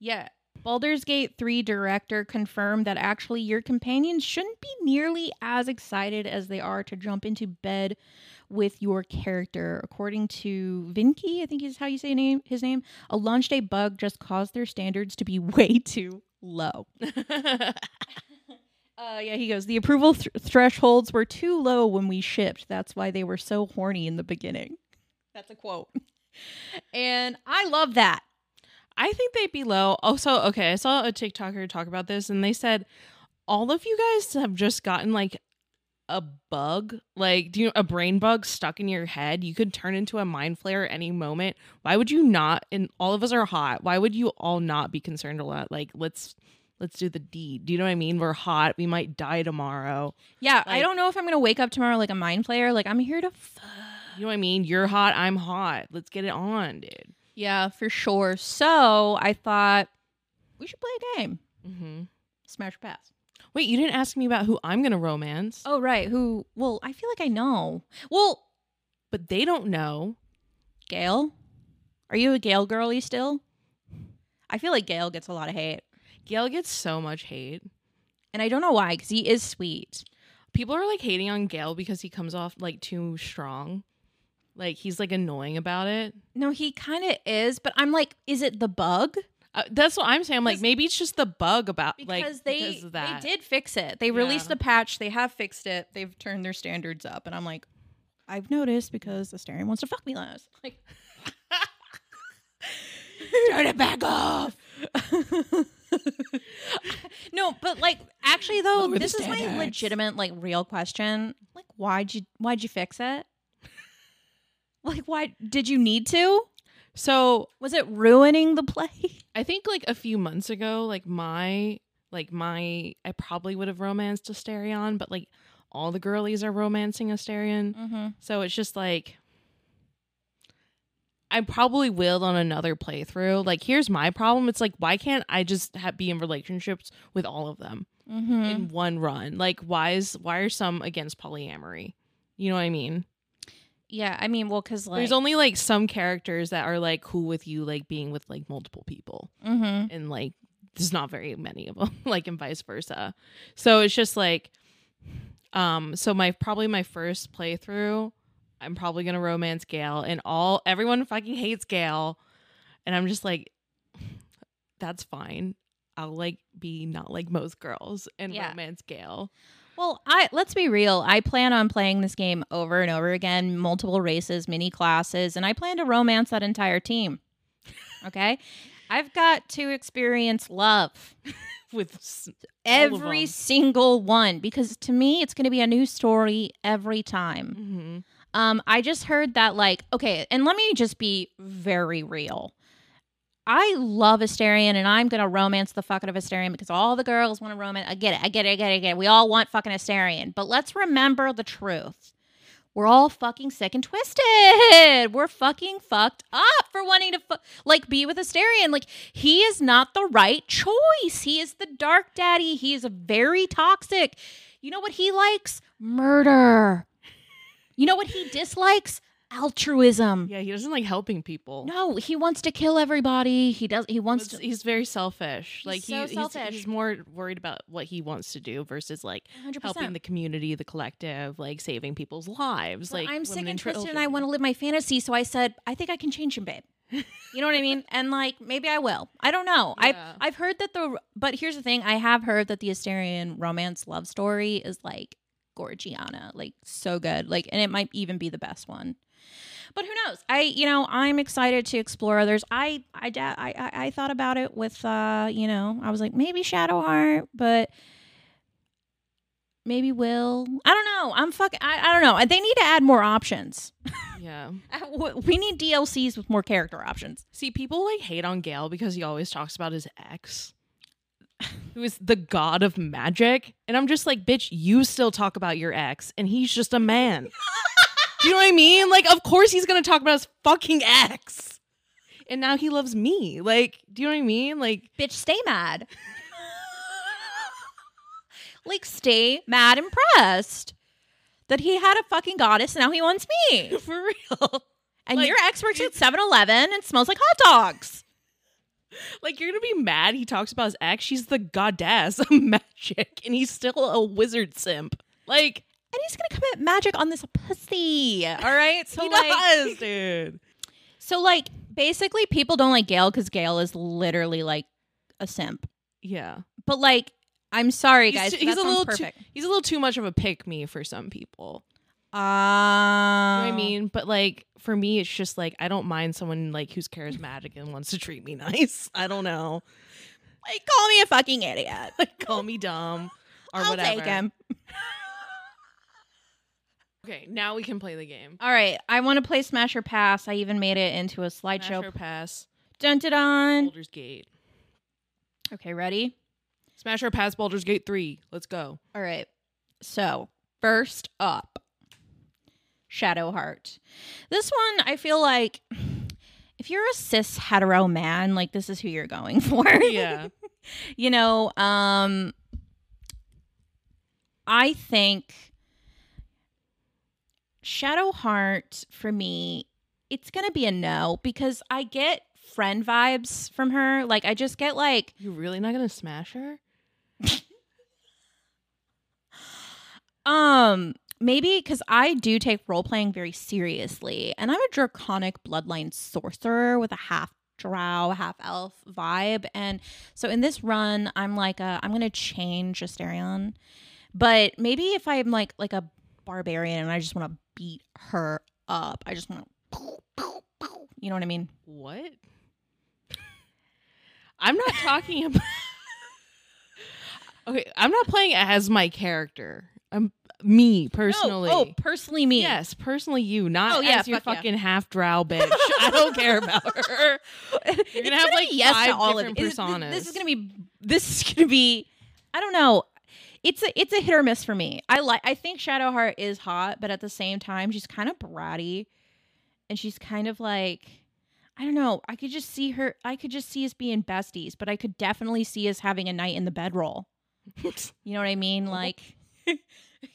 Speaker 1: yeah. Baldur's Gate 3 director confirmed that actually your companions shouldn't be nearly as excited as they are to jump into bed with your character. According to Vinky, I think is how you say name his name, a launch day bug just caused their standards to be way too low.
Speaker 2: Mm.
Speaker 1: Uh, yeah, he goes, the approval th- thresholds were too low when we shipped. That's why they were so horny in the beginning. That's a quote. And I love that.
Speaker 2: I think they'd be low. Also, okay, I saw a TikToker talk about this and they said all of you guys have just gotten like a bug, like do you a brain bug stuck in your head. You could turn into a mind flare at any moment. Why would you not and all of us are hot. Why would you all not be concerned a lot? Like let's let's do the deed. Do you know what I mean? We're hot. We might die tomorrow.
Speaker 1: Yeah, I
Speaker 2: Like-
Speaker 1: don't know if I'm going to wake up tomorrow like a mind player. Like, I'm here to fuck.
Speaker 2: You know what I mean? You're hot, I'm hot. Let's get it on, dude.
Speaker 1: Yeah, for sure. So I thought we should play a game.
Speaker 2: hmm
Speaker 1: Smash or pass.
Speaker 2: Wait, you didn't ask me about who I'm gonna romance.
Speaker 1: Oh, right. Who? Well, I feel like I know. Well,
Speaker 2: But they don't know.
Speaker 1: Gail? Are you a Gail girly still? I feel like Gail gets a lot of hate.
Speaker 2: Gail gets so much hate.
Speaker 1: And I don't know why, because he is sweet.
Speaker 2: People are like hating on Gail because he comes off like too strong. Like he's like annoying about it.
Speaker 1: No, he kind of is, but I'm like, is it the bug?
Speaker 2: Uh, that's what I'm saying. I'm like
Speaker 1: Because-
Speaker 2: maybe it's just the bug about
Speaker 1: Because
Speaker 2: like
Speaker 1: they
Speaker 2: because of that.
Speaker 1: they did fix it. They released
Speaker 2: Yeah.
Speaker 1: the patch. They have fixed it. They've turned their standards up, and I'm like, I've noticed because the Asterion wants to fuck me last. Like,
Speaker 2: turn it back off.
Speaker 1: no, but like actually though,
Speaker 2: Lower the
Speaker 1: this is my
Speaker 2: standards.
Speaker 1: legitimate like real question. Like, why'd you why'd you fix it? Like, why did you need to?
Speaker 2: So
Speaker 1: Was it ruining the play?
Speaker 2: I think like a few months ago, like my like my I probably would have romanced Asterion, but like all the girlies are romancing Asterion.
Speaker 1: Mm-hmm.
Speaker 2: So it's just like I probably will on another playthrough. Like here's my problem. It's like why can't I just ha be in relationships with all of them
Speaker 1: Mm-hmm.
Speaker 2: in one run? Like why is why are some against polyamory? You know what I mean?
Speaker 1: yeah, I mean, well, because like,
Speaker 2: There's only like some characters that are like cool with you like being with like multiple people
Speaker 1: mm-hmm.
Speaker 2: and like there's not very many of them like and vice versa so it's just like um so my probably my first playthrough i'm probably gonna romance gail and all everyone fucking hates gail and i'm just like that's fine i'll like be not like most girls and
Speaker 1: Yeah.
Speaker 2: romance gail
Speaker 1: Well, I let's be real. I plan on playing this game over and over again, multiple races, mini classes, and I plan to romance that entire team. Okay? I've got to experience love.
Speaker 2: with s- All of
Speaker 1: every
Speaker 2: 'em.
Speaker 1: single one because to me it's going to be a new story every time
Speaker 2: Mhm.
Speaker 1: um i just heard that like okay and let me just be very real i love asterion and i'm going to romance the fuck out of asterion because all the girls want to romance i get it i get it i get it i get it we all want fucking asterion but let's remember the truth we're all fucking sick and twisted. We're fucking fucked up for wanting to fu- like be with Asterion. Like he is not the right choice. He is the dark daddy. He is very toxic. You know what he likes? Murder. You know what he dislikes? Altruism.
Speaker 2: yeah, he doesn't like helping people.
Speaker 1: No, he wants to kill everybody. He does. He wants
Speaker 2: It's-
Speaker 1: to.
Speaker 2: he's very selfish.
Speaker 1: He's
Speaker 2: like
Speaker 1: so
Speaker 2: he,
Speaker 1: selfish.
Speaker 2: He's, he's more worried about what he wants to do versus like
Speaker 1: 100%.
Speaker 2: helping the community, the collective, like saving people's lives.
Speaker 1: But
Speaker 2: like
Speaker 1: I'm sick
Speaker 2: women
Speaker 1: and twisted, and
Speaker 2: children.
Speaker 1: I want to live my fantasy. So I said, I think I can change him, babe. You know what I mean? And like, maybe I will. I don't know.
Speaker 2: Yeah.
Speaker 1: I've I've heard that the. But here's the thing: I have heard that the Asterian romance love story is like Gorgiana, like so good, like, and it might even be the best one. But who knows? I, you know, I'm excited to explore others. I, I, da- I, I, I thought about it with, uh, you know, I was like maybe Shadowheart, but maybe Will. I don't know. I'm fucking. I, I don't know. They need to add more options.
Speaker 2: Yeah.
Speaker 1: Uh, w- We need DLCs with more character options.
Speaker 2: See, people like hate on Gale because he always talks about his ex, who is the god of magic. And I'm just like, bitch, you still talk about your ex, and he's just a man. Do you know what I mean? Like, of course he's gonna talk about his fucking ex. And now he loves me. Like, do you know what I mean? Like,
Speaker 1: Bitch, stay mad. like, stay mad and pressed that he had a fucking goddess and now he wants me.
Speaker 2: for real.
Speaker 1: And
Speaker 2: Like-
Speaker 1: your ex works at 7 Eleven and smells like hot dogs.
Speaker 2: Like, you're gonna be mad he talks about his ex. She's the goddess of magic, and he's still a wizard simp. Like,
Speaker 1: And he's going to commit magic on this pussy. All right. So,
Speaker 2: he
Speaker 1: like,
Speaker 2: does, dude.
Speaker 1: so like, basically, people don't like Gail because Gail is literally like a simp.
Speaker 2: Yeah.
Speaker 1: But, like, I'm sorry,
Speaker 2: He's
Speaker 1: guys.
Speaker 2: too-
Speaker 1: but
Speaker 2: he's
Speaker 1: that
Speaker 2: a
Speaker 1: sounds
Speaker 2: little too-
Speaker 1: perfect.
Speaker 2: he's a little too much of a pick me for some people.
Speaker 1: Um,
Speaker 2: You know what I mean? But like for me, it's just like I don't mind someone like who's charismatic and wants to treat me nice. I don't know.
Speaker 1: Like, call me a fucking idiot.
Speaker 2: Like call me dumb or
Speaker 1: I'll
Speaker 2: whatever.
Speaker 1: take him.
Speaker 2: Okay, now we can play the game.
Speaker 1: All right, I want to play Smash or Pass. I even made it into a
Speaker 2: Smash
Speaker 1: slideshow.
Speaker 2: or pass.
Speaker 1: Dun dun dun.
Speaker 2: Baldur's Gate.
Speaker 1: Okay, ready?
Speaker 2: Smash or pass. Baldur's Gate three. Let's go.
Speaker 1: All right. So, first up, Shadowheart. This one, I feel like if you're a cis hetero man, like this is who you're going for.
Speaker 2: Yeah.
Speaker 1: you know, um I think Shadowheart for me, it's going to be a no because I get friend vibes from her. Like I just get like
Speaker 2: You're really not gonna smash her?
Speaker 1: Um, maybe because I do take role playing very seriously, and I'm a draconic bloodline sorcerer with a half drow, half elf vibe, and so in this run, I'm like, a, I'm gonna change Asterion, but maybe if I'm like like a barbarian and I just want to beat her up, I just want to, you know what I mean?
Speaker 2: What? I'm not talking about. okay, I'm not playing as my character. I'm me personally.
Speaker 1: No, oh, personally me.
Speaker 2: yes, personally you, not
Speaker 1: Oh, yeah,
Speaker 2: as your
Speaker 1: fuck yeah.
Speaker 2: fucking half drow bitch. I don't care about her. You're gonna
Speaker 1: It's
Speaker 2: have like
Speaker 1: be yes
Speaker 2: five
Speaker 1: to all of
Speaker 2: different
Speaker 1: it. This-
Speaker 2: personas.
Speaker 1: This, is gonna be this is gonna be I don't know. It's a it's a hit or miss for me. I like I think Shadowheart is hot, but at the same time she's kind of bratty and she's kind of like I don't know. I could just see her I could just see us being besties, but I could definitely see us having a night in the bedroll. You know what I mean? Like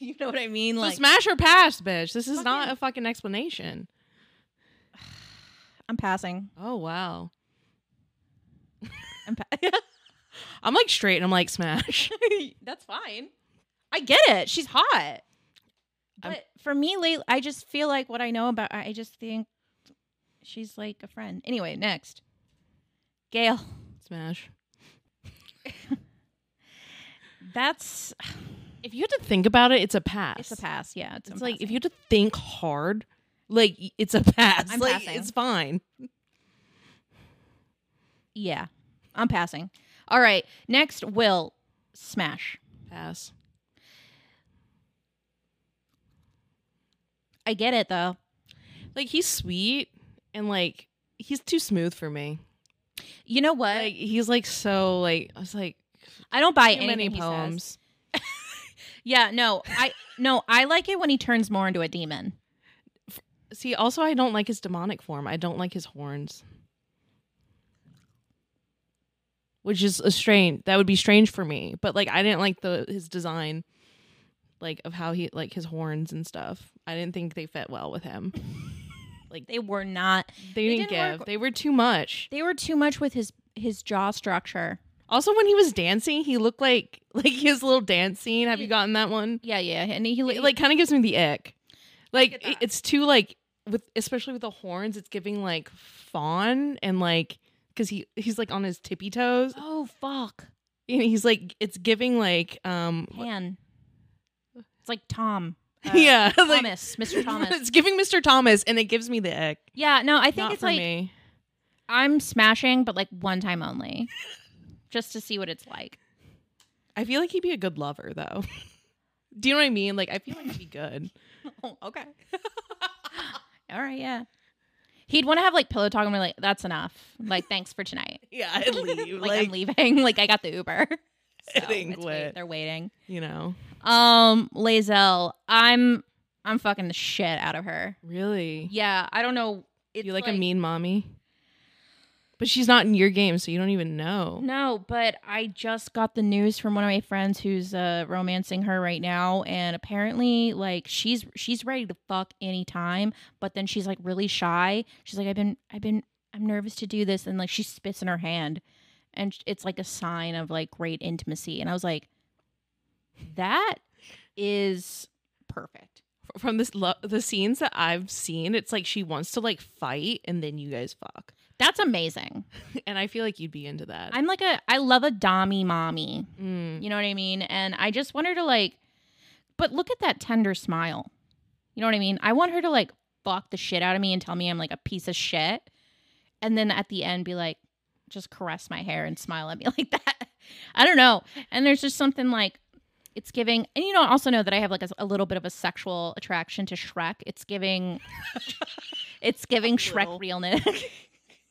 Speaker 1: you know what I mean?
Speaker 2: so
Speaker 1: Like
Speaker 2: smash or pass, bitch. This is not
Speaker 1: Fucking-
Speaker 2: a fucking explanation.
Speaker 1: I'm passing.
Speaker 2: Oh wow,
Speaker 1: I'm pa-
Speaker 2: I'm like straight and I'm like smash.
Speaker 1: That's fine. I get it. She's hot. But
Speaker 2: I'm-
Speaker 1: for me, lately, I just feel like what I know about. I I just think she's like a friend. Anyway, next, Gail.
Speaker 2: smash.
Speaker 1: That's
Speaker 2: If you had to think about it, it's a pass.
Speaker 1: it's a pass. Yeah, it's,
Speaker 2: It's like if you had to think hard, like y- it's a pass.
Speaker 1: I'm
Speaker 2: like
Speaker 1: passing.
Speaker 2: it's fine.
Speaker 1: Yeah, I'm passing. All right. Next, Will smash.
Speaker 2: Pass.
Speaker 1: I get it though.
Speaker 2: Like he's sweet and like he's too smooth for me.
Speaker 1: You know what?
Speaker 2: Like he's like so like I was like
Speaker 1: I don't buy
Speaker 2: too many
Speaker 1: anything he says.
Speaker 2: poems.
Speaker 1: Yeah, no, I no, I like it when he turns more into a demon.
Speaker 2: See, also I don't like his demonic form. I don't like his horns. Which is a strange that would be strange for me. But like I didn't like the his design like of how he like his horns and stuff. I didn't think they fit well with him.
Speaker 1: They were not.
Speaker 2: They,
Speaker 1: They
Speaker 2: didn't,
Speaker 1: didn't
Speaker 2: give.
Speaker 1: work-
Speaker 2: They were too much.
Speaker 1: They were too much with his his jaw structure.
Speaker 2: Also when he was dancing, he looked like like his little dance scene. Have you
Speaker 1: Yeah.
Speaker 2: gotten that one?
Speaker 1: Yeah, yeah, and he,
Speaker 2: It, like kind of gives me the ick. Like
Speaker 1: get that.
Speaker 2: it- it's too like with especially with the horns, it's giving like fawn and like because he he's like on his tippy toes
Speaker 1: oh fuck,
Speaker 2: and he's like it's giving like um
Speaker 1: man. It's like Tom. Uh,
Speaker 2: yeah like
Speaker 1: Thomas, Mr. Thomas.
Speaker 2: it's giving Mr. Thomas and it gives me the ick.
Speaker 1: Yeah, no, I think
Speaker 2: Not
Speaker 1: it's
Speaker 2: for
Speaker 1: like
Speaker 2: me.
Speaker 1: I'm smashing, but like one time only, just to see what it's like.
Speaker 2: I feel like he'd be a good lover though. Do you know what I mean? Like I feel like he'd be good.
Speaker 1: Oh, okay. All right, yeah. He'd want to have like pillow talk and be like, "That's enough. Like, thanks for tonight.
Speaker 2: Yeah, I'd leave.
Speaker 1: like, I'm leaving. Like, I got the Uber. So,
Speaker 2: Hitting
Speaker 1: it's wait-
Speaker 2: wit.
Speaker 1: they're waiting.
Speaker 2: you know.
Speaker 1: Um, Lazel, I'm I'm fucking the shit out of her.
Speaker 2: Really?
Speaker 1: Yeah, I don't know. It's
Speaker 2: you like, a mean mommy? But she's not in your game, so you don't even know.
Speaker 1: No, but I just got the news from one of my friends who's uh romancing her right now and apparently like she's she's ready to fuck anytime, but then she's like really shy. She's like I've been I've been I'm nervous to do this and like she spits in her hand and sh- it's like a sign of like great intimacy and I was like that is perfect.
Speaker 2: F- From this lo- the scenes that I've seen, it's like she wants to like fight and then you guys fuck.
Speaker 1: That's amazing.
Speaker 2: And I feel like you'd be into that.
Speaker 1: I'm like a I love a dommy mommy.
Speaker 2: Mm.
Speaker 1: You know what I mean? And I just want her to like, but look at that tender smile. You know what I mean? I want her to like fuck the shit out of me and tell me I'm like a piece of shit. And then at the end be like, just caress my hair and smile at me like that. I don't know. And there's just something like, it's giving, and you know, I also know that I have like a, a little bit of a sexual attraction to Shrek. It's giving, it's giving
Speaker 2: little.
Speaker 1: Shrek realness.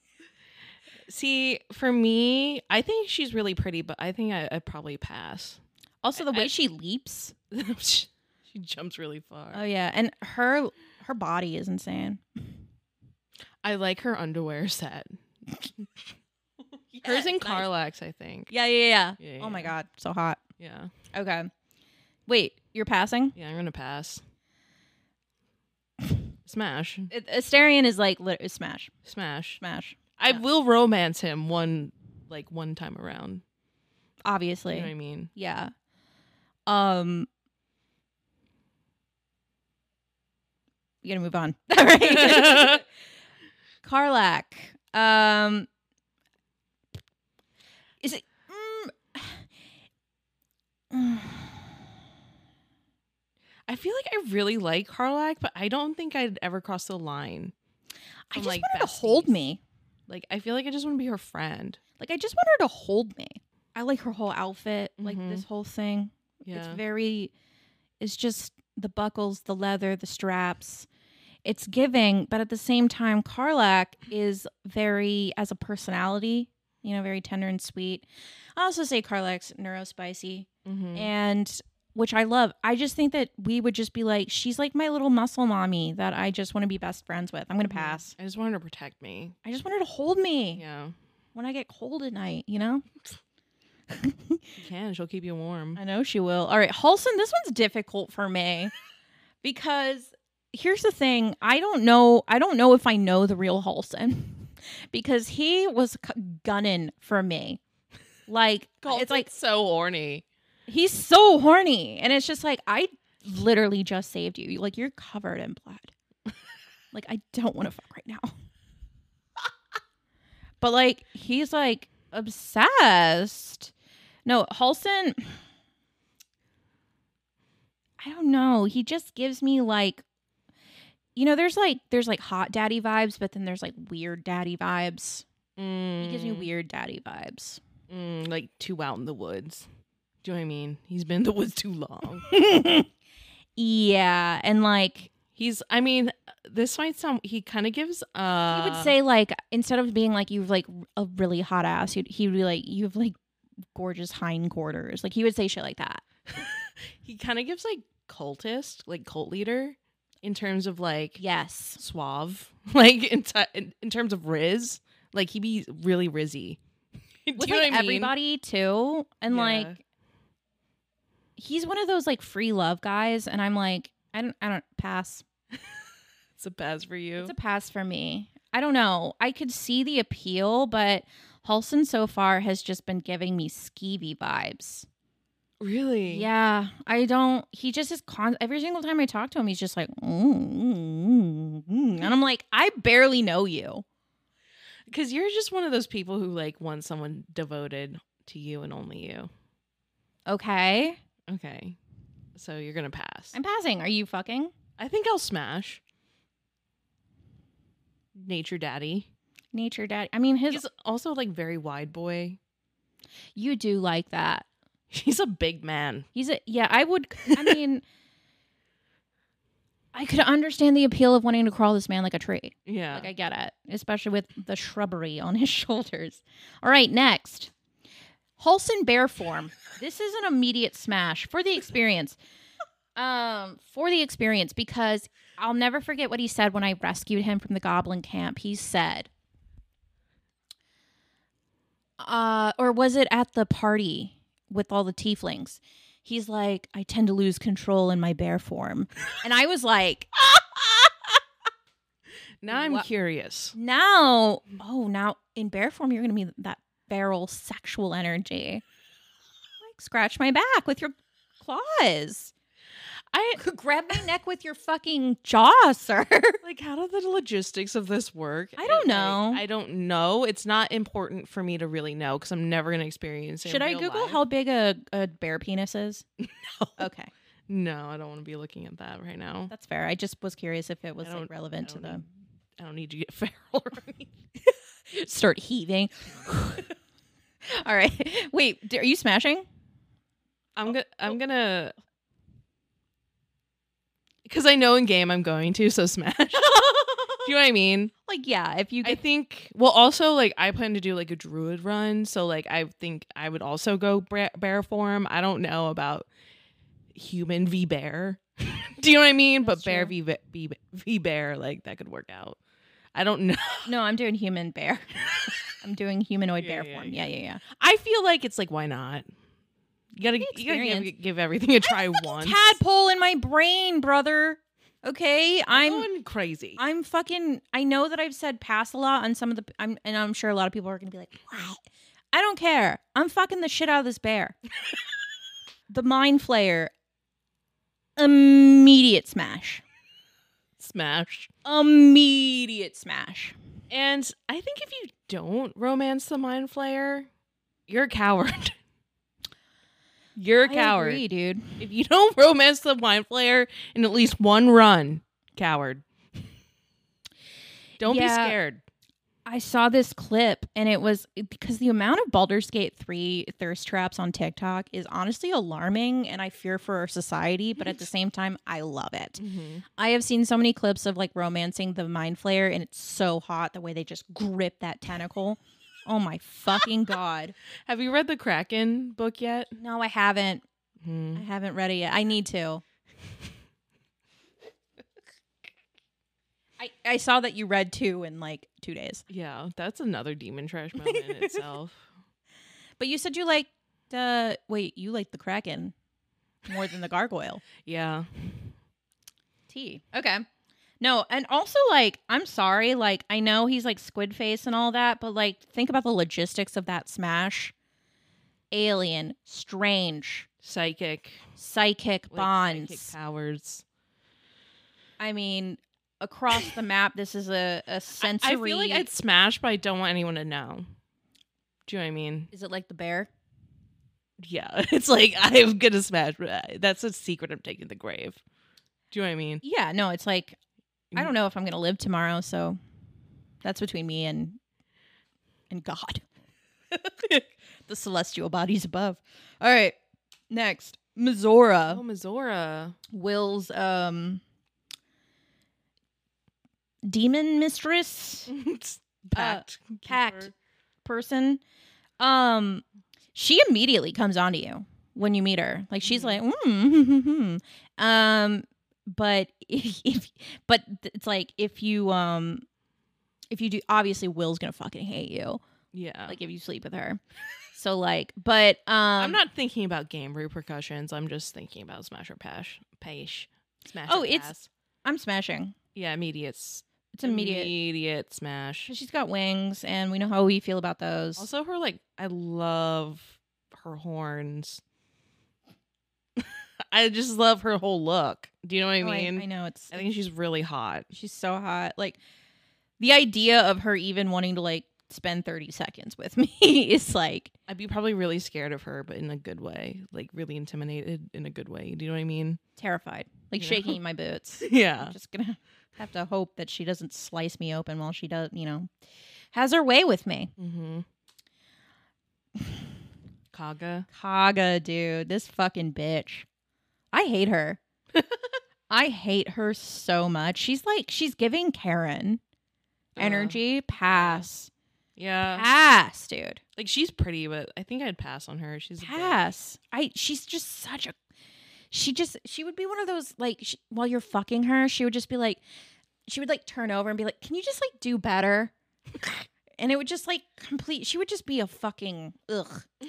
Speaker 2: See, for me, I think she's really pretty, but I think I, I probably pass.
Speaker 1: also, the
Speaker 2: I-
Speaker 1: way
Speaker 2: I-
Speaker 1: she leaps.
Speaker 2: she jumps really far.
Speaker 1: Oh yeah, and her her body is insane.
Speaker 2: I like her underwear set. Hers and Carlax, I think.
Speaker 1: Yeah, yeah, yeah.
Speaker 2: Eh, Yeah,
Speaker 1: Oh my
Speaker 2: yeah.
Speaker 1: god, so hot.
Speaker 2: Yeah.
Speaker 1: Okay. Wait, you're passing?
Speaker 2: Yeah, I'm gonna pass. Smash.
Speaker 1: It- Asterion is like lit- smash,
Speaker 2: Smash.
Speaker 1: smash.
Speaker 2: I
Speaker 1: Yeah.
Speaker 2: will romance him one like one time around.
Speaker 1: Obviously.
Speaker 2: You know what I mean?
Speaker 1: Yeah. Um You got to move on. All right. Carlac. Um Is it mm,
Speaker 2: I feel like I really like Harlack, but I don't think I'd ever cross the line.
Speaker 1: I
Speaker 2: From,
Speaker 1: just
Speaker 2: like,
Speaker 1: want her to hold
Speaker 2: besties.
Speaker 1: me.
Speaker 2: Like I feel like I just want to be her friend.
Speaker 1: Like I just want her to hold me. I like her whole outfit, like
Speaker 2: Mhm.
Speaker 1: this whole thing.
Speaker 2: Yeah.
Speaker 1: It's very it's just the buckles, the leather, the straps. It's giving, but at the same time Carlac is very as a personality, you know, very tender and sweet. I also say Carlac's neurospicy
Speaker 2: Mhm.
Speaker 1: and which I love. I just think that we would just be like she's like my little muscle mommy that I just want to be best friends with. I'm going
Speaker 2: Mhm.
Speaker 1: to pass.
Speaker 2: I just want her to protect me.
Speaker 1: I just want her to hold me
Speaker 2: Yeah.
Speaker 1: when I get cold at night, you know?
Speaker 2: She can. She'll keep you warm.
Speaker 1: I know she will. All right, Halson, this one's difficult for me because here's the thing: I don't know. I don't know if I know the real Halson because he was c- gunning for me. Like it's like
Speaker 2: so horny.
Speaker 1: he's so horny, and it's just like I literally just saved you. Like you're covered in blood. like I don't want to fuck right now. but like he's like obsessed. No, Halson I don't know. He just gives me like you know, there's like there's like hot daddy vibes, but then there's like weird daddy vibes. He gives me
Speaker 2: Mm.
Speaker 1: weird daddy vibes.
Speaker 2: Mm, like too out in the woods. Do you know what I mean? He's been in the woods too long.
Speaker 1: yeah, and like
Speaker 2: He's. I mean, this might sound. He kind of gives. Uh,
Speaker 1: he would say like instead of being like you've like a really hot ass, he'd, he'd be like you have like gorgeous hindquarters. Like he would say shit like that.
Speaker 2: He kind of gives like cultist, like cult leader, in terms of like
Speaker 1: Yes.
Speaker 2: suave, like in, t- in in terms of riz. Like he be really rizzy. Do
Speaker 1: With
Speaker 2: you know
Speaker 1: like
Speaker 2: what I mean?
Speaker 1: everybody too, and
Speaker 2: Yeah.
Speaker 1: like he's one of those like free love guys, and I'm like I don't I don't pass.
Speaker 2: It's a pass for you.
Speaker 1: It's a pass for me. I don't know. I could see the appeal, but Halson so far has just been giving me skeevy vibes.
Speaker 2: really?
Speaker 1: Yeah, I don't. He just is con. Every single time I talk to him, he's just like, mm, mm, mm," and I'm like, I barely know you.
Speaker 2: Because you're just one of those people who like wants someone devoted to you and only you.
Speaker 1: Okay,
Speaker 2: Okay. So you're gonna pass.
Speaker 1: I'm passing. Are you fucking
Speaker 2: I think I'll smash. Nature Daddy.
Speaker 1: nature daddy? I mean, his.
Speaker 2: He's also like very wide boy.
Speaker 1: you do like that.
Speaker 2: He's a big man.
Speaker 1: He's a yeah. I would. I mean, I could understand the appeal of wanting to crawl this man like a tree.
Speaker 2: Yeah.
Speaker 1: Like I get it, especially with the shrubbery on his shoulders. All right, next. Holson bear form. This is an immediate smash for the experience. Um, for the experience because I'll never forget what he said when I rescued him from the goblin camp. He said uh or was it at the party with all the tieflings? He's like, I tend to lose control in my bear form. And I was like,
Speaker 2: now I'm
Speaker 1: Wha-
Speaker 2: curious.
Speaker 1: Now, oh, now in bear form, you're going to be that feral sexual energy. Like, scratch my back with your claws.
Speaker 2: I
Speaker 1: Grab my neck with your fucking jaw, sir.
Speaker 2: like how do the logistics of this work?
Speaker 1: I don't
Speaker 2: It, like,
Speaker 1: know.
Speaker 2: I don't know. It's not important for me to really know because I'm never gonna experience it. in
Speaker 1: Should I
Speaker 2: real
Speaker 1: Google
Speaker 2: life.
Speaker 1: how big a, a bear penis is?
Speaker 2: No.
Speaker 1: Okay,
Speaker 2: No, I don't want to be looking at that right now.
Speaker 1: that's fair. I just was curious if it was
Speaker 2: I
Speaker 1: like,
Speaker 2: don't-
Speaker 1: relevant to
Speaker 2: I don't
Speaker 1: the
Speaker 2: need- I don't need to get feral or anything.
Speaker 1: start heaving. All right, wait, d- are you smashing? Oh,
Speaker 2: I'm gonna I'm gonna because I know in game I'm going to so smash. Do you know what I mean?
Speaker 1: Like, yeah, if you
Speaker 2: I
Speaker 1: get
Speaker 2: think. Well, also like I plan to do like a druid run, so like I think I would also go bra- bear form. I don't know about human v bear. do you know what I mean?
Speaker 1: That's
Speaker 2: but bear
Speaker 1: true.
Speaker 2: v, ve- v v bear like that could work out. I don't know.
Speaker 1: no, I'm doing human bear. I'm doing humanoid
Speaker 2: Yeah,
Speaker 1: bear
Speaker 2: yeah,
Speaker 1: form. Yeah, yeah, yeah.
Speaker 2: I feel like it's like why not? You gotta, you gotta
Speaker 1: Experience.
Speaker 2: give, give everything a try once.
Speaker 1: tadpole in my brain, brother. Okay,
Speaker 2: I'm
Speaker 1: I'm
Speaker 2: going crazy.
Speaker 1: I'm fucking. I know that I've said pass a lot on some of the. I'm and I'm sure a lot of people are gonna be like, what? I don't care. I'm fucking the shit out of this bear. the mind flayer. Immediate smash.
Speaker 2: Smash.
Speaker 1: Immediate smash.
Speaker 2: And I think if you don't romance the mind flayer, you're a coward. you're a
Speaker 1: I
Speaker 2: coward.
Speaker 1: agree, dude.
Speaker 2: If you don't romance the mind flayer in at least one run, coward. Don't be
Speaker 1: Yeah.
Speaker 2: scared.
Speaker 1: I saw this clip and it was because the amount of Baldur's Gate 3 thirst traps on TikTok is honestly alarming and I fear for our society, but at the same time, I love it. I have seen so many clips of like romancing the mind flayer and it's so hot the way they just grip that tentacle. Oh my fucking god.
Speaker 2: Have you read the Kraken book yet?
Speaker 1: No, I haven't.
Speaker 2: Mhm.
Speaker 1: I haven't read it yet. I need to. I, I saw that you read two in like two days.
Speaker 2: Yeah, that's another demon trash moment in itself.
Speaker 1: But you said you liked uh wait, you liked the Kraken more than the gargoyle.
Speaker 2: Yeah.
Speaker 1: T. Okay. No, and also like I'm sorry, like I know he's like squid face and all that, but like think about the logistics of that smash. Alien, strange,
Speaker 2: Psychic.
Speaker 1: psychic
Speaker 2: like,
Speaker 1: bonds.
Speaker 2: Psychic powers.
Speaker 1: I mean, across the map this is a, a
Speaker 2: I-
Speaker 1: sensory
Speaker 2: I feel like I'd smash, but I don't want anyone to know. Do you know what I mean?
Speaker 1: is it like the bear?
Speaker 2: yeah, it's like I'm gonna smash. but I- That's a secret I'm taking to the grave. Do you know what I mean?
Speaker 1: Yeah, no, it's like I don't know if I'm gonna live tomorrow, so that's between me and and God. the celestial bodies above. All right. Next, Mizora.
Speaker 2: Oh, Mizora.
Speaker 1: Will's um demon mistress
Speaker 2: Uh, Pact.
Speaker 1: pact person. Um she immediately comes on to you when you meet her. Like she's
Speaker 2: Mm-hmm.
Speaker 1: like, mm, um but if, if but it's like if you um if you do obviously Will's going to fucking hate you
Speaker 2: Yeah.
Speaker 1: like if you sleep with her. So like, but um
Speaker 2: I'm not thinking about game repercussions. I'm just thinking about Smash or Pash. Pash. Smash.
Speaker 1: Oh,
Speaker 2: or
Speaker 1: it's-
Speaker 2: pass.
Speaker 1: I'm smashing.
Speaker 2: yeah, immediate. s-
Speaker 1: It's immediate.
Speaker 2: Immediate smash.
Speaker 1: She's got wings, and we know how we feel about those.
Speaker 2: Also, her like, I love her horns. I just love her whole look. Do you know what I
Speaker 1: Oh,
Speaker 2: mean?
Speaker 1: I, know it's.
Speaker 2: I think she's really hot.
Speaker 1: she's so hot. Like the idea of her even wanting to like spend 30 seconds with me is like,
Speaker 2: I'd be probably really scared of her, but in a good way, like really intimidated in a good way. Do you know what I mean?
Speaker 1: terrified, like
Speaker 2: Yeah.
Speaker 1: shaking in my boots.
Speaker 2: Yeah.
Speaker 1: I'm just gonna have to hope that she doesn't slice me open while she does, you know, has her way with me.
Speaker 2: Mm-hmm. Kaga.
Speaker 1: Kaga, dude, this fucking bitch. I hate her. I hate her so much. She's like, she's giving Karen
Speaker 2: Ugh.
Speaker 1: energy. Pass.
Speaker 2: Yeah.
Speaker 1: Pass, dude.
Speaker 2: Like she's pretty, but I think I'd pass on her. She's a bit-
Speaker 1: Pass. I, she's just such a, she just, she would be one of those, like, she, while you're fucking her, she would just be like, she would like turn over and be like, can you just like do better? and it would just like complete, she would just be a fucking, ugh.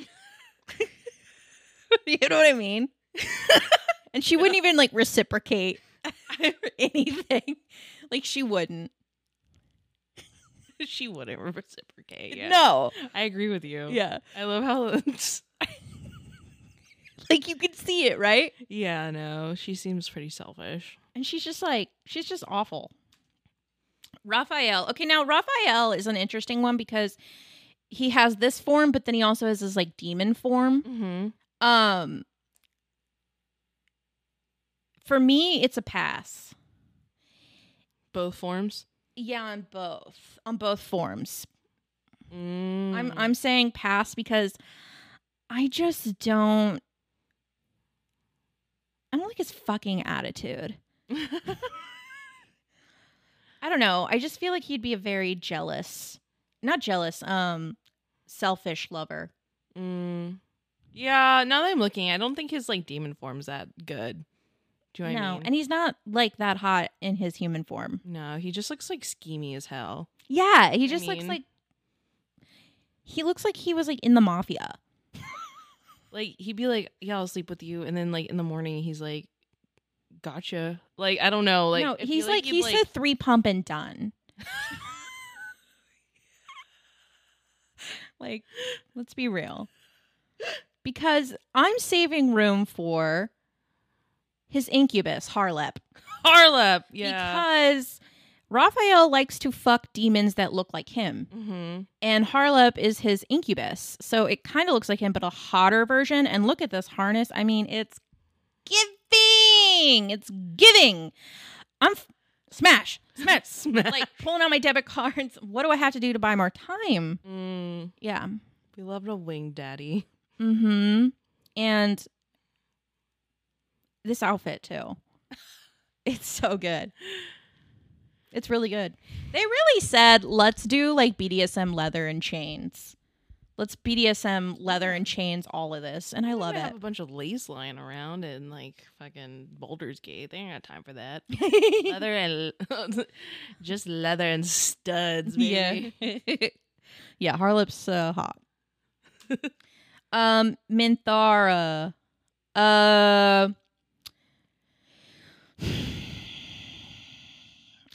Speaker 1: you know what I mean? and she wouldn't even like reciprocate or anything. Like she wouldn't.
Speaker 2: she wouldn't reciprocate. Yeah.
Speaker 1: No.
Speaker 2: I agree with you.
Speaker 1: Yeah.
Speaker 2: I love how.
Speaker 1: Like you could see it, right?
Speaker 2: yeah, no, she seems pretty selfish.
Speaker 1: And she's just like, she's just awful. Raphael. Okay, now Raphael is an interesting one because he has this form, but then he also has this like demon form.
Speaker 2: Mm-hmm.
Speaker 1: Um for me, it's a pass.
Speaker 2: Both forms.
Speaker 1: Yeah, on both. On both forms.
Speaker 2: Mm.
Speaker 1: I'm I'm saying pass because I just don't I don't like his fucking attitude. I don't know. I just feel like he'd be a very jealous, not jealous, um, selfish lover.
Speaker 2: Mm. Yeah. Now that I'm looking, I don't think his like demon form's that good. Do you know
Speaker 1: no,
Speaker 2: what I mean?
Speaker 1: and he's not like that hot in his human form.
Speaker 2: no, he just looks like schemy as hell.
Speaker 1: Yeah, he just looks
Speaker 2: mean-
Speaker 1: like he looks like he was like in the mafia.
Speaker 2: Like he'd be like, "Yeah, I'll sleep with you," and then like in the morning he's like, "Gotcha." Like I don't know. Like
Speaker 1: no,
Speaker 2: I feel
Speaker 1: he's like,
Speaker 2: you'd,
Speaker 1: he's a three pump and done. like, let's be real. Because I'm saving room for his incubus, Harlep.
Speaker 2: Harlep. Yeah.
Speaker 1: Because Raphael likes to fuck demons that look like him.
Speaker 2: mm-hmm.
Speaker 1: And Harlep is his incubus. So it kind of looks like him, but a hotter version. And look at this harness. I mean, it's giving. It's giving. I'm f- smash. Smash.
Speaker 2: Smash.
Speaker 1: like pulling out my debit cards. What do I have to do to buy more time?
Speaker 2: Mm,
Speaker 1: Yeah.
Speaker 2: we loved a wing daddy.
Speaker 1: Mm hmm. And this outfit, too. It's so good. It's really good. They really said, let's do like BDSM leather and chains. Let's BDSM leather and chains all of this. And I love
Speaker 2: They have a bunch of lace lying around and like fucking Boulder's Gate. They ain't got time for that.
Speaker 1: it.
Speaker 2: leather and just leather and studs,
Speaker 1: yeah.
Speaker 2: baby.
Speaker 1: yeah, Harlop's uh, hot. um, Minthara. Uh,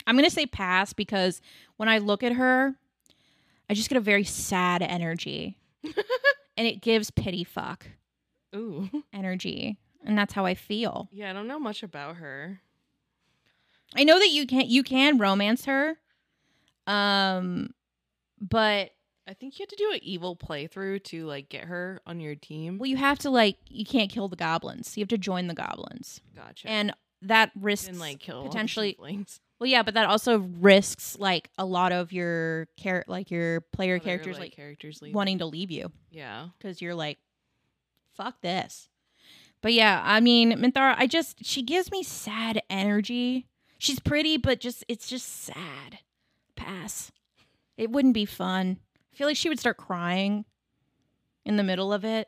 Speaker 1: I'm going to say pass because when I look at her, I just get a very sad energy. and it gives pity fuck
Speaker 2: Ooh.
Speaker 1: energy. And that's how I feel.
Speaker 2: Yeah, I don't know much about her.
Speaker 1: I know that you can you can romance her. Um but
Speaker 2: I think you had to do an evil playthrough to like get her on your team.
Speaker 1: well you have to like you can't kill the goblins. You have to join the goblins.
Speaker 2: gotcha.
Speaker 1: And that risks
Speaker 2: and like kill all the
Speaker 1: potentially
Speaker 2: tieflings.
Speaker 1: Well, yeah, but that also risks like a lot of your care, like your player
Speaker 2: Other,
Speaker 1: characters, like
Speaker 2: characters leave.
Speaker 1: wanting to leave you
Speaker 2: Yeah.
Speaker 1: because you're like, fuck this. But yeah, I mean, Minthara, I just she gives me sad energy. She's pretty, but just it's just sad. Pass. It wouldn't be fun. I feel like she would start crying in the middle of it.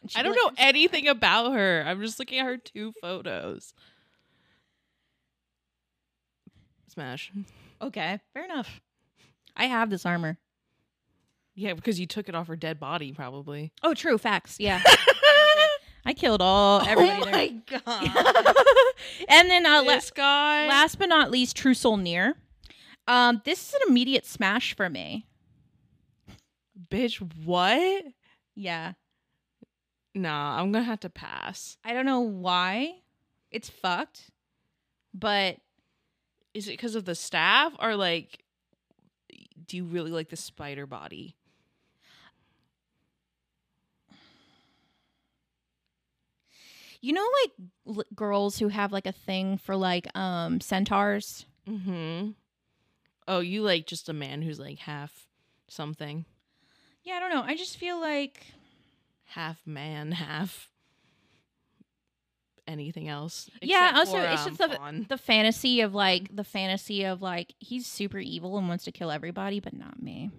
Speaker 1: And she'd
Speaker 2: I
Speaker 1: be
Speaker 2: don't
Speaker 1: like,
Speaker 2: know anything about her. I'm just looking at her two photos. Smash.
Speaker 1: Okay, fair enough. I have this armor.
Speaker 2: Yeah, because you took it off her dead body, probably.
Speaker 1: Oh, true facts. Yeah, I killed all everybody.
Speaker 2: oh
Speaker 1: there.
Speaker 2: my god.
Speaker 1: and then uh, la-
Speaker 2: Uh-huh. this guy.
Speaker 1: last but not least, True Soul Near. Um, this is an immediate smash for me.
Speaker 2: Bitch, what?
Speaker 1: Yeah,
Speaker 2: Nah, I'm gonna have to pass.
Speaker 1: I don't know why it's fucked, but
Speaker 2: Is it because of the staff or like do you really like the spider body?
Speaker 1: you know, like l- girls who have like a thing for like um centaurs.
Speaker 2: Mm-hmm. Oh, you like just a man who's like half something.
Speaker 1: Yeah, I don't know. I just feel like
Speaker 2: Half man, half anything else.
Speaker 1: Yeah,
Speaker 2: Except
Speaker 1: also,
Speaker 2: for,
Speaker 1: it's
Speaker 2: um,
Speaker 1: just the-
Speaker 2: fawn.
Speaker 1: the fantasy of like the fantasy of like he's super evil and wants to kill everybody, but not me.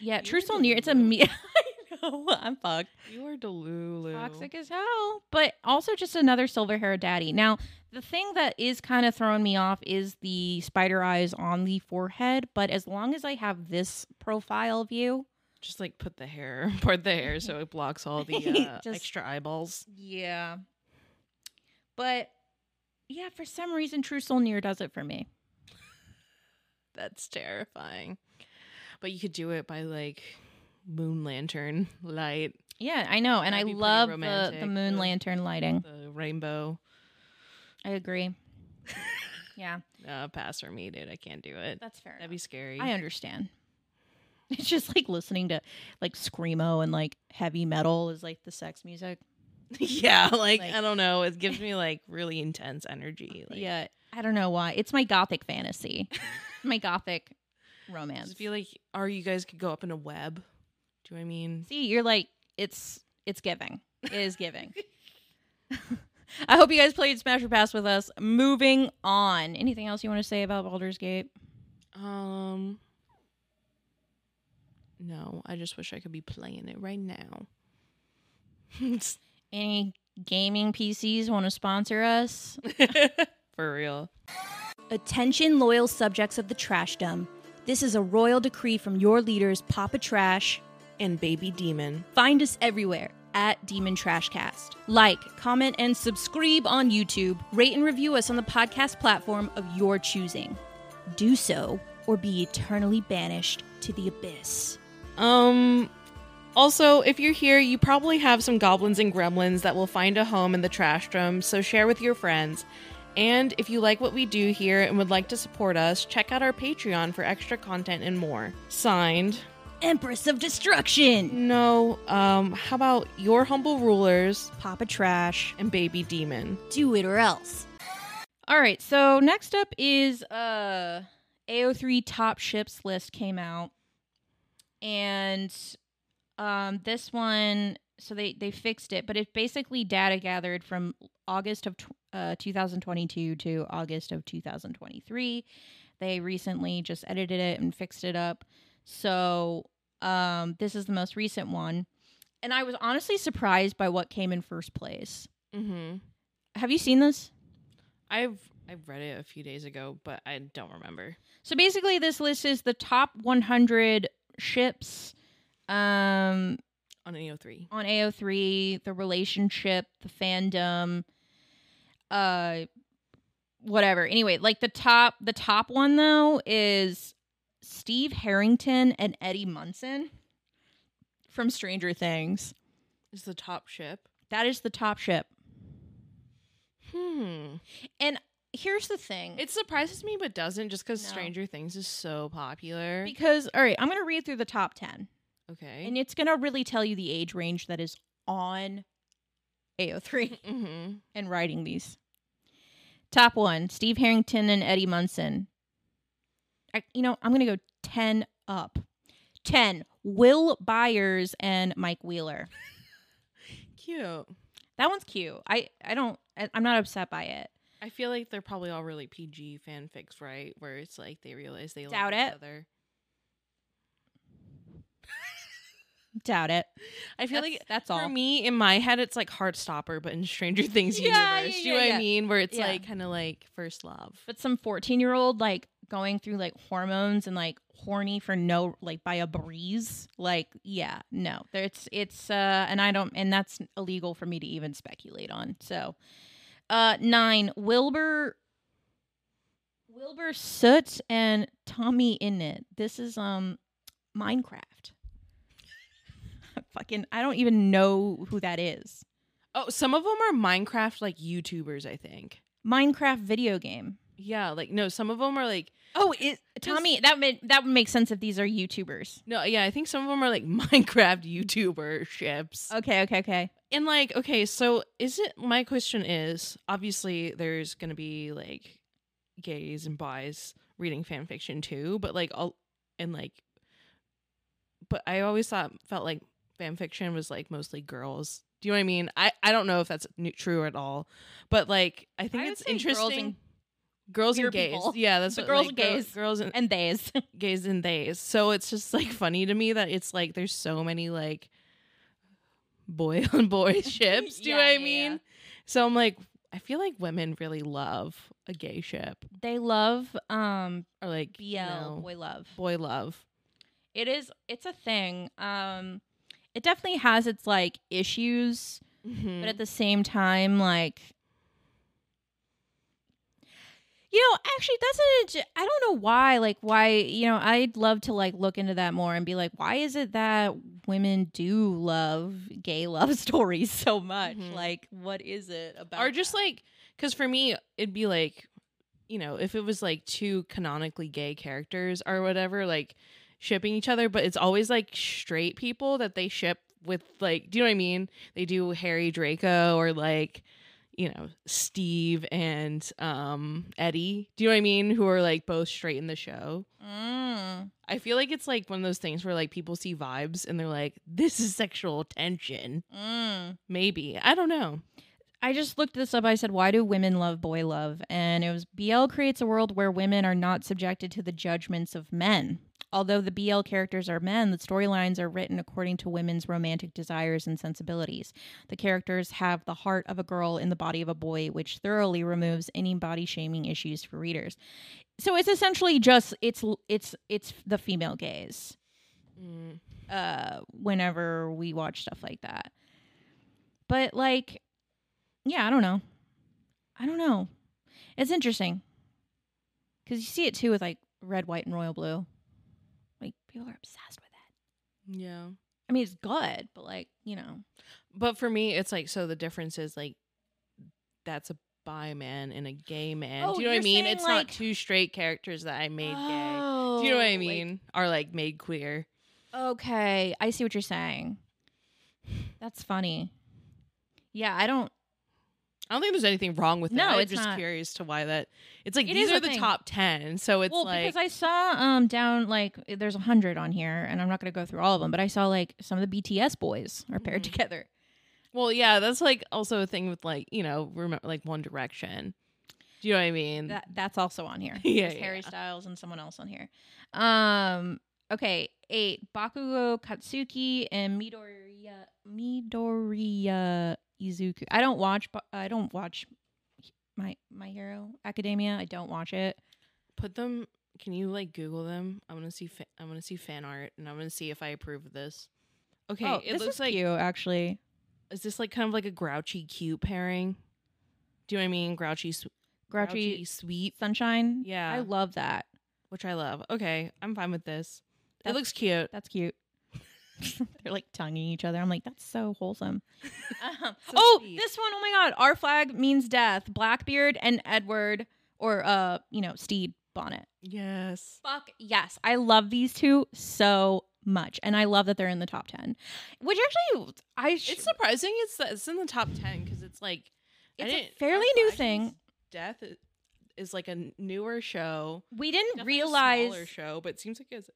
Speaker 1: Yeah,
Speaker 2: You're
Speaker 1: True Soul Near. It's a me. I know I'm fucked.
Speaker 2: You are Delulu.
Speaker 1: Toxic as hell, but also just another silver hair daddy. Now, the thing that is kind of throwing me off is the spider eyes on the forehead, but as long as I have this profile view,
Speaker 2: Just like put the hair, part the hair so it blocks all the uh,
Speaker 1: Just-
Speaker 2: extra eyeballs.
Speaker 1: yeah. But yeah, for some reason, True Soul Near does it for me.
Speaker 2: That's terrifying. But you could do it by like moon lantern light,
Speaker 1: Yeah, I know, and
Speaker 2: That'd
Speaker 1: I
Speaker 2: be pretty
Speaker 1: love the, the
Speaker 2: romantic,
Speaker 1: moon
Speaker 2: though.
Speaker 1: lantern lighting.
Speaker 2: the rainbow.
Speaker 1: I agree. yeah,
Speaker 2: Uh, pass or me, dude. I can't do it.
Speaker 1: that's fair.
Speaker 2: That'd be scary.
Speaker 1: I understand. It's just like listening to like screamo and like heavy metal is like the sex music.
Speaker 2: yeah, like,
Speaker 1: Like-
Speaker 2: I don't know. It gives me like really intense energy. Like,
Speaker 1: yeah, I don't know why. It's my gothic fantasy, my gothic
Speaker 2: I
Speaker 1: romance.
Speaker 2: just feel like, or you guys could go up in a web. Do you know what I mean?
Speaker 1: See, you're like it's it's giving. It is giving. I hope you guys played Smash or Pass with us. Moving on. Anything else you want to say about Baldur's Gate?
Speaker 2: Um. No, I just wish I could be playing it right now.
Speaker 1: Any gaming PCs want to sponsor us?
Speaker 2: For real.
Speaker 3: Attention, loyal subjects of the trashdom. This is a royal decree from your leaders, Papa Trash.
Speaker 2: And Baby Demon.
Speaker 3: Find us everywhere at Demon Trashcast. Like, comment, and subscribe on YouTube. Rate and review us on the podcast platform of your choosing. Do so or be eternally banished to the abyss.
Speaker 2: Um. Also, if you're here, you probably have some goblins and gremlins that will find a home in the trash drum, so share with your friends. And if you like what we do here and would like to support us, check out our Patreon for extra content and more. Signed.
Speaker 3: Empress of Destruction!
Speaker 2: No, um, how about your humble rulers
Speaker 3: Papa Trash.
Speaker 2: and baby demon?
Speaker 3: Do it or else.
Speaker 1: All right, so next up is uh AO3 top ships list came out. And um this one so they they fixed it, but it's basically data gathered from August of tw- uh 2022 to August of 2023. They recently just edited it and fixed it up. So, um this is the most recent one. And I was honestly surprised by what came in first place.
Speaker 2: Mm-hmm.
Speaker 1: Have you seen this?
Speaker 2: I've I've read it a few days ago, but I don't remember.
Speaker 1: So basically, this list is the top 100 ships um,
Speaker 2: On AO3.
Speaker 1: on AO3, the relationship, the fandom, uh, whatever. Anyway, like the top, the top one though is Steve Harrington and Eddie Munson from Stranger Things.
Speaker 2: Is the top ship.
Speaker 1: That is the top ship.
Speaker 2: Hmm.
Speaker 1: Here's the thing.
Speaker 2: It surprises me, but doesn't, just because
Speaker 1: No.
Speaker 2: Stranger Things is so popular.
Speaker 1: because all right, I'm gonna read through the top 10.
Speaker 2: okay.
Speaker 1: And it's going to really tell you the age range that is on AO3
Speaker 2: mm-hmm.
Speaker 1: and writing these. Top one: Steve Harrington and Eddie Munson. I, you know, I'm gonna go ten up. Ten: Will Byers and Mike Wheeler.
Speaker 2: Cute.
Speaker 1: That one's cute. I I don't. I, I'm not upset by it.
Speaker 2: I feel like they're probably all really PG fanfics, right? Where it's like they realize they
Speaker 1: Doubt
Speaker 2: love
Speaker 1: it.
Speaker 2: each other.
Speaker 1: Doubt it.
Speaker 2: I feel
Speaker 1: That's-
Speaker 2: like
Speaker 1: that's all.
Speaker 2: for me in my head it's like Heartstopper, but in Stranger Things
Speaker 1: Yeah,
Speaker 2: universe,
Speaker 1: yeah,
Speaker 2: do you know
Speaker 1: yeah,
Speaker 2: what
Speaker 1: yeah.
Speaker 2: I mean? Where it's
Speaker 1: Yeah.
Speaker 2: like kind of like first love.
Speaker 1: But some 14 year old like going through like hormones and like horny for no like by a breeze. Like yeah, no. There- It's it's uh and I don't and that's illegal for me to even speculate on. So uh 9 Wilbur Wilbur Soot and Tommy Innit. This is um Minecraft. Fucking I don't even know who that is.
Speaker 2: Oh, some of them are Minecraft like YouTubers, I think.
Speaker 1: Minecraft video game.
Speaker 2: Yeah, like no, some of them are like
Speaker 1: Oh, it, Tommy, that made, that would make sense if these are YouTubers.
Speaker 2: no, yeah, I think some of them are like Minecraft YouTuberships.
Speaker 1: Okay, okay, okay.
Speaker 2: And like, okay, so is it my question is obviously there's gonna be like gays and bis reading fan fiction too, but like all and like but I always thought felt like fan fiction was like mostly girls. Do you know what I mean? I, I don't know if that's n- true at all, but like I think
Speaker 1: I would
Speaker 2: it's
Speaker 1: say girls
Speaker 2: interesting.
Speaker 1: and
Speaker 2: Girls
Speaker 1: queer
Speaker 2: and gays,
Speaker 1: people.
Speaker 2: yeah, that's
Speaker 1: The
Speaker 2: what,
Speaker 1: girls and
Speaker 2: like, gir-
Speaker 1: gays.
Speaker 2: girls and
Speaker 1: And theys.
Speaker 2: gays and theys. So it's just like funny to me that it's like there's so many like boy on boy ships. Do you know
Speaker 1: Yeah,
Speaker 2: what I
Speaker 1: yeah,
Speaker 2: mean?
Speaker 1: yeah.
Speaker 2: So I'm like, I feel like women really love a gay ship
Speaker 1: they love um
Speaker 2: or like
Speaker 1: BL
Speaker 2: you know,
Speaker 1: boy love.
Speaker 2: boy love.
Speaker 1: It is it's a thing. Um it definitely has its like issues, but
Speaker 2: Mm-hmm.
Speaker 1: at the same time like you know, actually, that's an. int- I don't know why. Like, why? You know, I'd love to like look into that more and be like, why is it that women do love gay love stories so much?
Speaker 2: Mhm.
Speaker 1: Like, what is it about?
Speaker 2: or just
Speaker 1: that?
Speaker 2: like because for me it'd be like you know if it was like two canonically gay characters or whatever like shipping each other but it's always like straight people that they ship with like do you know what i mean they do harry draco or like you know steve and um eddie do you know what i mean who are like both straight in the show
Speaker 1: Mm.
Speaker 2: i feel like it's like one of those things where like people see vibes and they're like this is sexual tension
Speaker 1: Mm.
Speaker 2: maybe i don't know
Speaker 1: I just looked this up. I said, Why do women love boy love? And it was BL creates a world where women are not subjected to the judgments of men. Although the BL characters are men, the storylines are written according to women's romantic desires and sensibilities. The characters have the heart of a girl in the body of a boy, which thoroughly removes any body shaming issues for readers. So it's essentially just it's it's it's the female gaze. uh whenever we watch stuff like that. But like yeah, I don't know. I don't know. It's interesting. Cuz you see it too with like red, white and royal blue. Like people are obsessed with it.
Speaker 2: yeah
Speaker 1: I mean, it's good, but like, you know.
Speaker 2: But for me, it's like so the difference is like that's a bi man and a gay man.
Speaker 1: Oh,
Speaker 2: Do you know what I
Speaker 1: you're
Speaker 2: mean?
Speaker 1: saying,
Speaker 2: It's
Speaker 1: like-
Speaker 2: not two straight characters that I made gay. Do you know what I mean? Are like made queer.
Speaker 1: Oh, okay, I see what you're saying. That's funny. Yeah, I don't
Speaker 2: I don't think there's anything wrong with
Speaker 1: No,
Speaker 2: that.
Speaker 1: it's
Speaker 2: I'm just
Speaker 1: not.
Speaker 2: curious to why that. It's like
Speaker 1: It
Speaker 2: these
Speaker 1: is a
Speaker 2: are the
Speaker 1: thing.
Speaker 2: top ten, so it's
Speaker 1: well
Speaker 2: like
Speaker 1: because I saw um down like there's a hundred on here, and I'm not gonna go through all of them, but I saw like some of the BTS boys are paired
Speaker 2: Mhm.
Speaker 1: together.
Speaker 2: well, yeah, that's like also a thing with like you know remember like One Direction. Do you know what I mean?
Speaker 1: That that's also on here.
Speaker 2: Mm. Yeah,
Speaker 1: There's Harry
Speaker 2: yeah.
Speaker 1: Styles and someone else on here. Um. Okay. Eight. Bakugo Katsuki and Midoriya Midoriya Izuku. I don't watch. Ba- I don't watch my my Hero Academia. I don't watch it.
Speaker 2: Put them. Can you like Google them? I want to see. Fa- I want to see fan art, and I want to see if I approve of this. Okay,
Speaker 1: oh,
Speaker 2: it
Speaker 1: this
Speaker 2: looks
Speaker 1: is
Speaker 2: like
Speaker 1: cute, actually.
Speaker 2: is this like kind of like a grouchy cute pairing? Do you know what I mean? Grouchy, sw-
Speaker 1: Grouchy,
Speaker 2: sweet,
Speaker 1: Sunshine.
Speaker 2: Yeah.
Speaker 1: I love that.
Speaker 2: which I love. Okay, I'm fine with this.
Speaker 1: That's-
Speaker 2: it looks cute.
Speaker 1: That's cute. They're like tonguing each other. I'm like, that's so wholesome. Um,
Speaker 2: So
Speaker 1: oh,
Speaker 2: sweet.
Speaker 1: this one, oh my god. Our flag means death. Blackbeard and Edward or uh, you know, Steed Bonnet.
Speaker 2: Yes.
Speaker 1: Fuck yes. I love these two so much. And I love that they're in the top ten. Which actually I sh-
Speaker 2: It's surprising. It's it's in the top ten because it's like I
Speaker 1: It's a
Speaker 2: didn't-
Speaker 1: fairly
Speaker 2: Our
Speaker 1: new
Speaker 2: Flash's
Speaker 1: thing.
Speaker 2: Death. i- is like a newer show.
Speaker 1: We didn't
Speaker 2: Definitely a smaller
Speaker 1: realize
Speaker 2: show, but it seems like it's a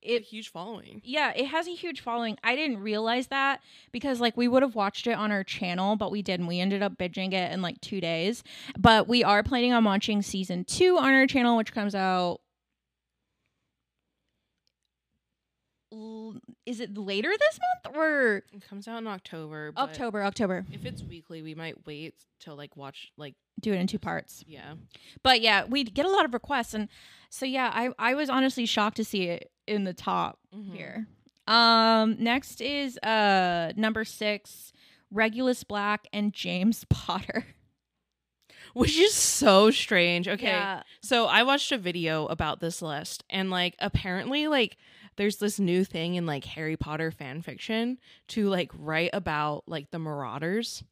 Speaker 1: it
Speaker 2: huge following.
Speaker 1: yeah, it has a huge following. I didn't realize that because like we would have watched it on our channel, but we didn't. We ended up binging it in like two days. But we are planning on watching season two on our channel, which comes out. l- Is it later this month or
Speaker 2: It comes out in October. but
Speaker 1: October? October.
Speaker 2: If it's weekly, we might wait till like watch like
Speaker 1: Do it in two parts.
Speaker 2: yeah.
Speaker 1: But yeah, we get a lot of requests, and so yeah, I I was honestly shocked to see it in the top
Speaker 2: Mhm.
Speaker 1: here. Um, next is uh number six, Regulus Black and James Potter.
Speaker 2: Which is so strange. Okay.
Speaker 1: Yeah.
Speaker 2: So I watched a video about this list and like apparently like there's this new thing in like Harry Potter fan fiction to like write about like the marauders,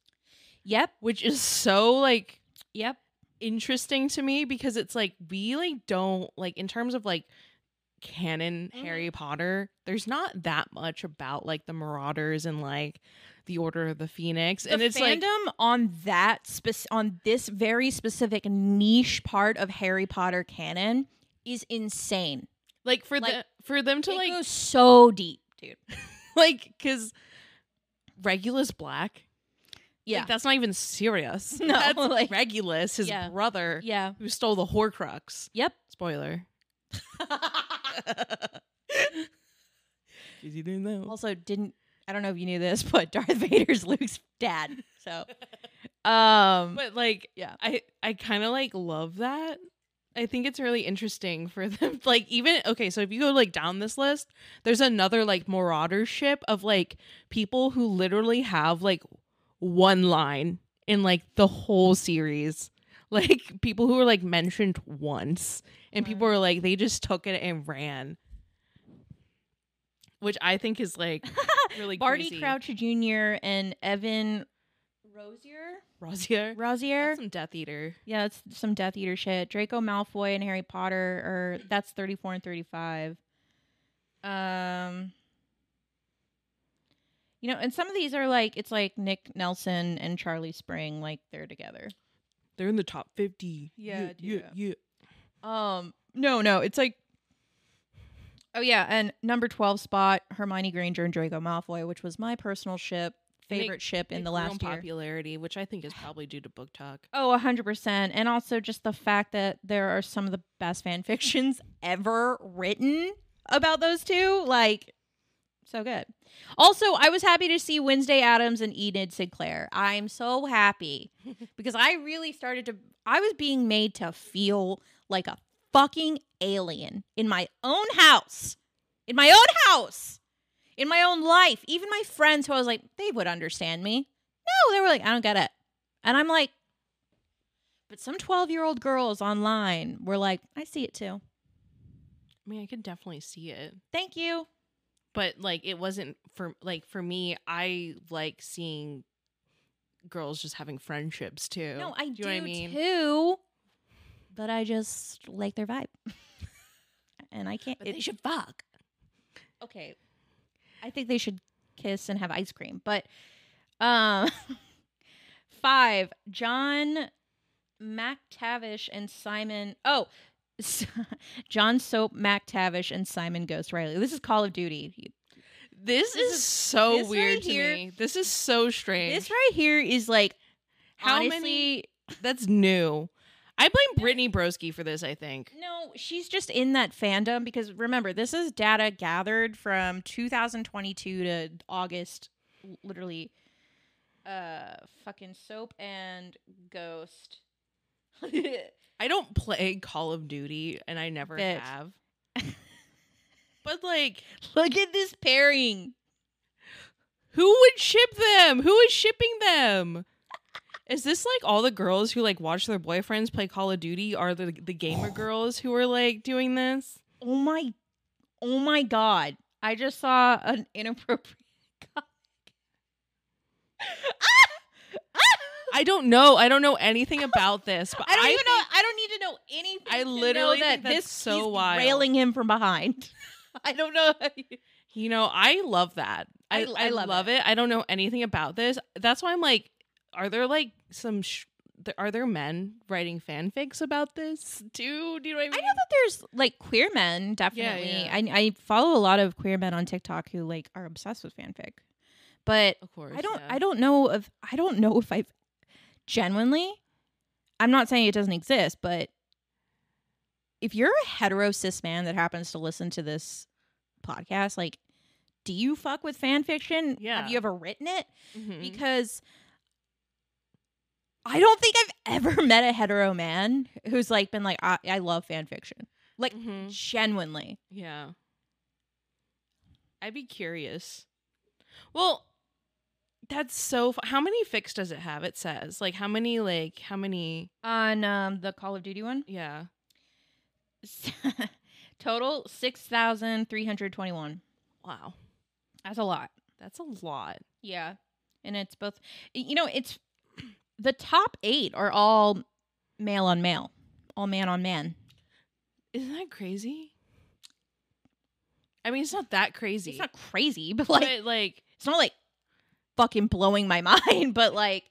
Speaker 1: Yep.
Speaker 2: which is so like
Speaker 1: Yep.
Speaker 2: interesting to me because it's like we like don't like in terms of like canon
Speaker 1: Mhm.
Speaker 2: Harry Potter, there's not that much about like the marauders and like the Order of the Phoenix and
Speaker 1: the
Speaker 2: it's like
Speaker 1: fandom on that spec- on this very specific niche part of Harry Potter canon is insane.
Speaker 2: like for
Speaker 1: like,
Speaker 2: the for them to
Speaker 1: it
Speaker 2: like
Speaker 1: goes so deep, dude.
Speaker 2: like because Regulus Black.
Speaker 1: Yeah.
Speaker 2: like, that's not even serious.
Speaker 1: No,
Speaker 2: that's
Speaker 1: like-
Speaker 2: Regulus, his
Speaker 1: Yeah.
Speaker 2: brother,
Speaker 1: Yeah.
Speaker 2: who stole the Horcrux.
Speaker 1: Yep.
Speaker 2: Spoiler. Did you know?
Speaker 1: Also, didn't I don't know if you knew this, but Darth Vader's Luke's dad. So, um,
Speaker 2: but like,
Speaker 1: Yeah.
Speaker 2: I I kind of like love that. I think it's really interesting for them. Like, even okay, so if you go like down this list, there's another like marauder ship of like people who literally have like one line in like the whole series. Like people who are like mentioned once, and people are like they just took it and ran, which I think is like really
Speaker 1: Barty
Speaker 2: crazy.
Speaker 1: Crouch Jr. and Evan Rosier.
Speaker 2: Rosier,
Speaker 1: Rosier.
Speaker 2: That's some Death Eater.
Speaker 1: yeah, it's some Death Eater shit. Draco Malfoy and Harry Potter, or that's 34 and 35. Um, you know, and some of these are like, it's like Nick Nelson and Charlie Spring, like they're together.
Speaker 2: They're in the top 50.
Speaker 1: Yeah,
Speaker 2: yeah,
Speaker 1: dude.
Speaker 2: yeah.
Speaker 1: Um, no, no, it's like, oh yeah, and number 12 spot, Hermione Granger and Draco Malfoy, which was my personal ship,
Speaker 2: And they-
Speaker 1: favorite ship in the last year.
Speaker 2: popularity, which I think is probably due to book talk.
Speaker 1: Oh, 100%. And also just the fact that there are some of the best fan fictions ever written about those two. Like, so good. Also, I was happy to see Wednesday Adams and Enid Sinclair. I'm so happy because I really started to, I was being made to feel like a fucking alien in my own house, in my own house, in my own life. Even my friends who I was like, they would understand me. No, they were like, I don't get it. And I'm like, but some 12 year old girls online were like, I see it too.
Speaker 2: I mean, I could definitely see it,
Speaker 1: Thank you.
Speaker 2: but like it wasn't for like for me. I like seeing girls just having friendships too.
Speaker 1: No, I do,
Speaker 2: you know what I mean?
Speaker 1: too. But I just like their vibe. and I can't.
Speaker 2: But
Speaker 1: it-
Speaker 2: they should fuck.
Speaker 1: okay. I think they should kiss and have ice cream. But um, five, John McTavish and Simon. Oh, s- John Soap McTavish and Simon Ghost Riley. This is Call of Duty. You-
Speaker 2: This,
Speaker 1: This
Speaker 2: is,
Speaker 1: is-
Speaker 2: so
Speaker 1: this right
Speaker 2: weird to
Speaker 1: here-
Speaker 2: me. This is so strange.
Speaker 1: This right here is like
Speaker 2: How
Speaker 1: honestly,
Speaker 2: many? That's new. I blame Brittany Broski for this. I think.
Speaker 1: No, she's just in that fandom because remember, this is data gathered from 2022 to August, l- literally. Uh, fucking soap and ghost.
Speaker 2: I don't play Call of Duty, and I never
Speaker 1: Bitch.
Speaker 2: have. but like,
Speaker 1: Look at this pairing.
Speaker 2: Who would ship them? Who is shipping them? Is this like all the girls who like watch their boyfriends play Call of Duty are the the gamer girls who are like doing this?
Speaker 1: Oh my, oh my god! I just saw an inappropriate. comic.
Speaker 2: I don't know. I don't know anything about this, but
Speaker 1: I don't even
Speaker 2: think-
Speaker 1: know. I don't need to know anything.
Speaker 2: I
Speaker 1: to
Speaker 2: literally
Speaker 1: know that
Speaker 2: think that's
Speaker 1: this
Speaker 2: so
Speaker 1: he's
Speaker 2: wild.
Speaker 1: railing him from behind. I don't know. how you-
Speaker 2: You know, I love that. I, I, love, it. I don't know anything about this. That's why I'm like, are there like some sh- th- are there men writing fanfics about this too? Do you know what I mean?
Speaker 1: I know that there's like queer men, definitely.
Speaker 2: yeah.
Speaker 1: I, I follow a lot of queer men on TikTok who like are obsessed with fanfic, but
Speaker 2: of course.
Speaker 1: I don't.
Speaker 2: yeah.
Speaker 1: I don't know if I don't know if I've genuinely. I'm not saying it doesn't exist, but if you're a hetero cis man that happens to listen to this podcast, like, do you fuck with fan fiction?
Speaker 2: Yeah.
Speaker 1: Have you ever written it?
Speaker 2: Mhm.
Speaker 1: Because I don't think I've ever met a hetero man who's like been like, I, I love fan fiction. Like,
Speaker 2: Mhm.
Speaker 1: genuinely.
Speaker 2: Yeah. I'd be curious. Well, that's so. Fu- how many fics does it have? It says like how many like how many?
Speaker 1: On um, the Call of Duty one,
Speaker 2: Yeah.
Speaker 1: total 6,321.
Speaker 2: Wow,
Speaker 1: That's a lot.
Speaker 2: that's a lot.
Speaker 1: Yeah. And it's both you know, it's the top 8 are all male on male, all man on man.
Speaker 2: Isn't that crazy? I mean, it's not that crazy.
Speaker 1: It's not crazy, but like
Speaker 2: but like
Speaker 1: it's not like fucking blowing my mind, but like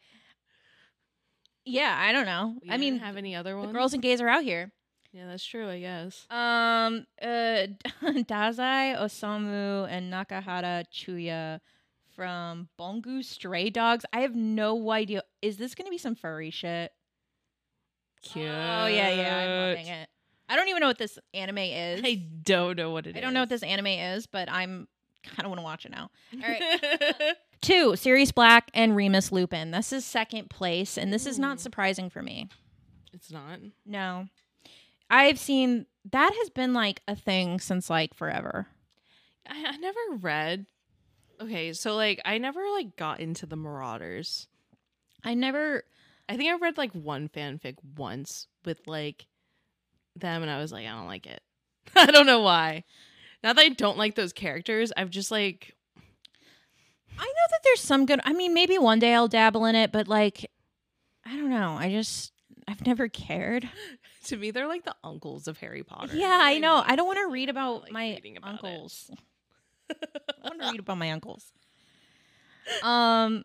Speaker 1: yeah, I don't know.
Speaker 2: we
Speaker 1: I mean,
Speaker 2: didn't have any other
Speaker 1: the
Speaker 2: ones?
Speaker 1: girls and gays are out here.
Speaker 2: Yeah, that's true. I guess.
Speaker 1: Um, uh, Dazai, Osamu, and Nakahara Chuya from Bongu Stray Dogs. I have no idea. Is this going to be some furry shit?
Speaker 2: Cute.
Speaker 1: Oh yeah, yeah. I'm loving it. I don't even know what this anime is.
Speaker 2: I don't know what it is.
Speaker 1: I don't know what this anime is, but I'm kind of want to watch it now. All
Speaker 2: right.
Speaker 1: Two, Sirius Black and Remus Lupin. This is second place, and this is not
Speaker 2: Mm.
Speaker 1: surprising for me.
Speaker 2: it's not.
Speaker 1: No, I've seen that has been like a thing since like forever.
Speaker 2: I, I never read. Okay, so like I never like got into the Marauders.
Speaker 1: I never.
Speaker 2: I think I read like one fanfic once with like them, and I was like, I don't like it. I don't know why. Not that I don't like those characters. I've just like
Speaker 1: I know that there's some good. I mean, maybe one day I'll dabble in it, but like, I don't know. I just I've never cared.
Speaker 2: to me they're like the uncles of Harry Potter.
Speaker 1: Yeah, I
Speaker 2: You
Speaker 1: know.
Speaker 2: what
Speaker 1: I don't want
Speaker 2: mean?
Speaker 1: to read about
Speaker 2: like
Speaker 1: my
Speaker 2: reading about it.
Speaker 1: uncles. I want to read about my uncles. Um,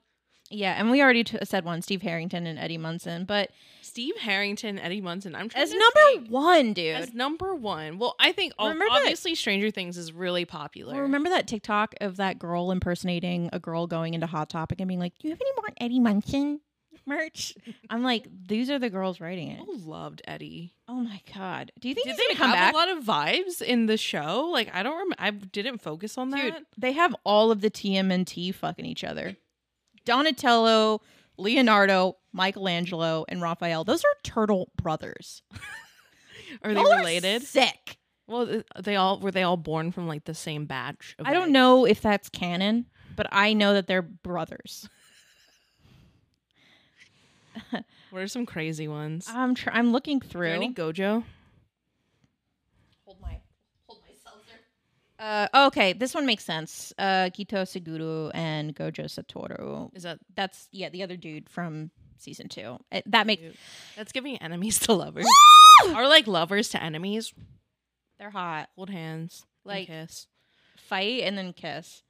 Speaker 1: yeah, and we already t- said one: Steve Harrington and Eddie Munson. But
Speaker 2: Steve Harrington, Eddie Munson. I'm trying
Speaker 1: as
Speaker 2: to
Speaker 1: number
Speaker 2: think.
Speaker 1: one, dude,
Speaker 2: as number one. Well, I think ob-
Speaker 1: Remember that-
Speaker 2: obviously Stranger Things is really popular.
Speaker 1: Well, remember that TikTok of that girl impersonating a girl going into Hot Topic and being like, "Do you have any more Eddie Munson merch?" I'm like, these are the girls writing it.
Speaker 2: People loved Eddie.
Speaker 1: Oh my god, do you think
Speaker 2: Did
Speaker 1: he's
Speaker 2: Oh. they
Speaker 1: gonna come back?
Speaker 2: have a lot of vibes in the show? Like I don't remember. I didn't focus on that.
Speaker 1: Dude, they have all of the TMNT fucking each other. Donatello, Leonardo, Michelangelo, and Raphael. Those are turtle brothers.
Speaker 2: Are they
Speaker 1: Y'all
Speaker 2: related?
Speaker 1: sick.
Speaker 2: well, th- they all were. They all born from like the same batch. Of
Speaker 1: I don't
Speaker 2: eggs?
Speaker 1: know if that's canon, but I know that they're brothers.
Speaker 2: What are some crazy ones? Is
Speaker 1: I'm tr- I'm looking
Speaker 2: there
Speaker 1: through.
Speaker 2: any Gojo?
Speaker 1: hold my hold my seltzer. Uh, okay, this one makes sense. Uh, Kito Seguro and Gojo Satoru.
Speaker 2: Is that
Speaker 1: That's yeah, the other dude from season two. Uh, that makes
Speaker 2: that's giving enemies to lovers? Or like lovers to enemies?
Speaker 1: they're hot.
Speaker 2: Hold hands, and
Speaker 1: Like-
Speaker 2: kiss.
Speaker 1: Fight and then kiss.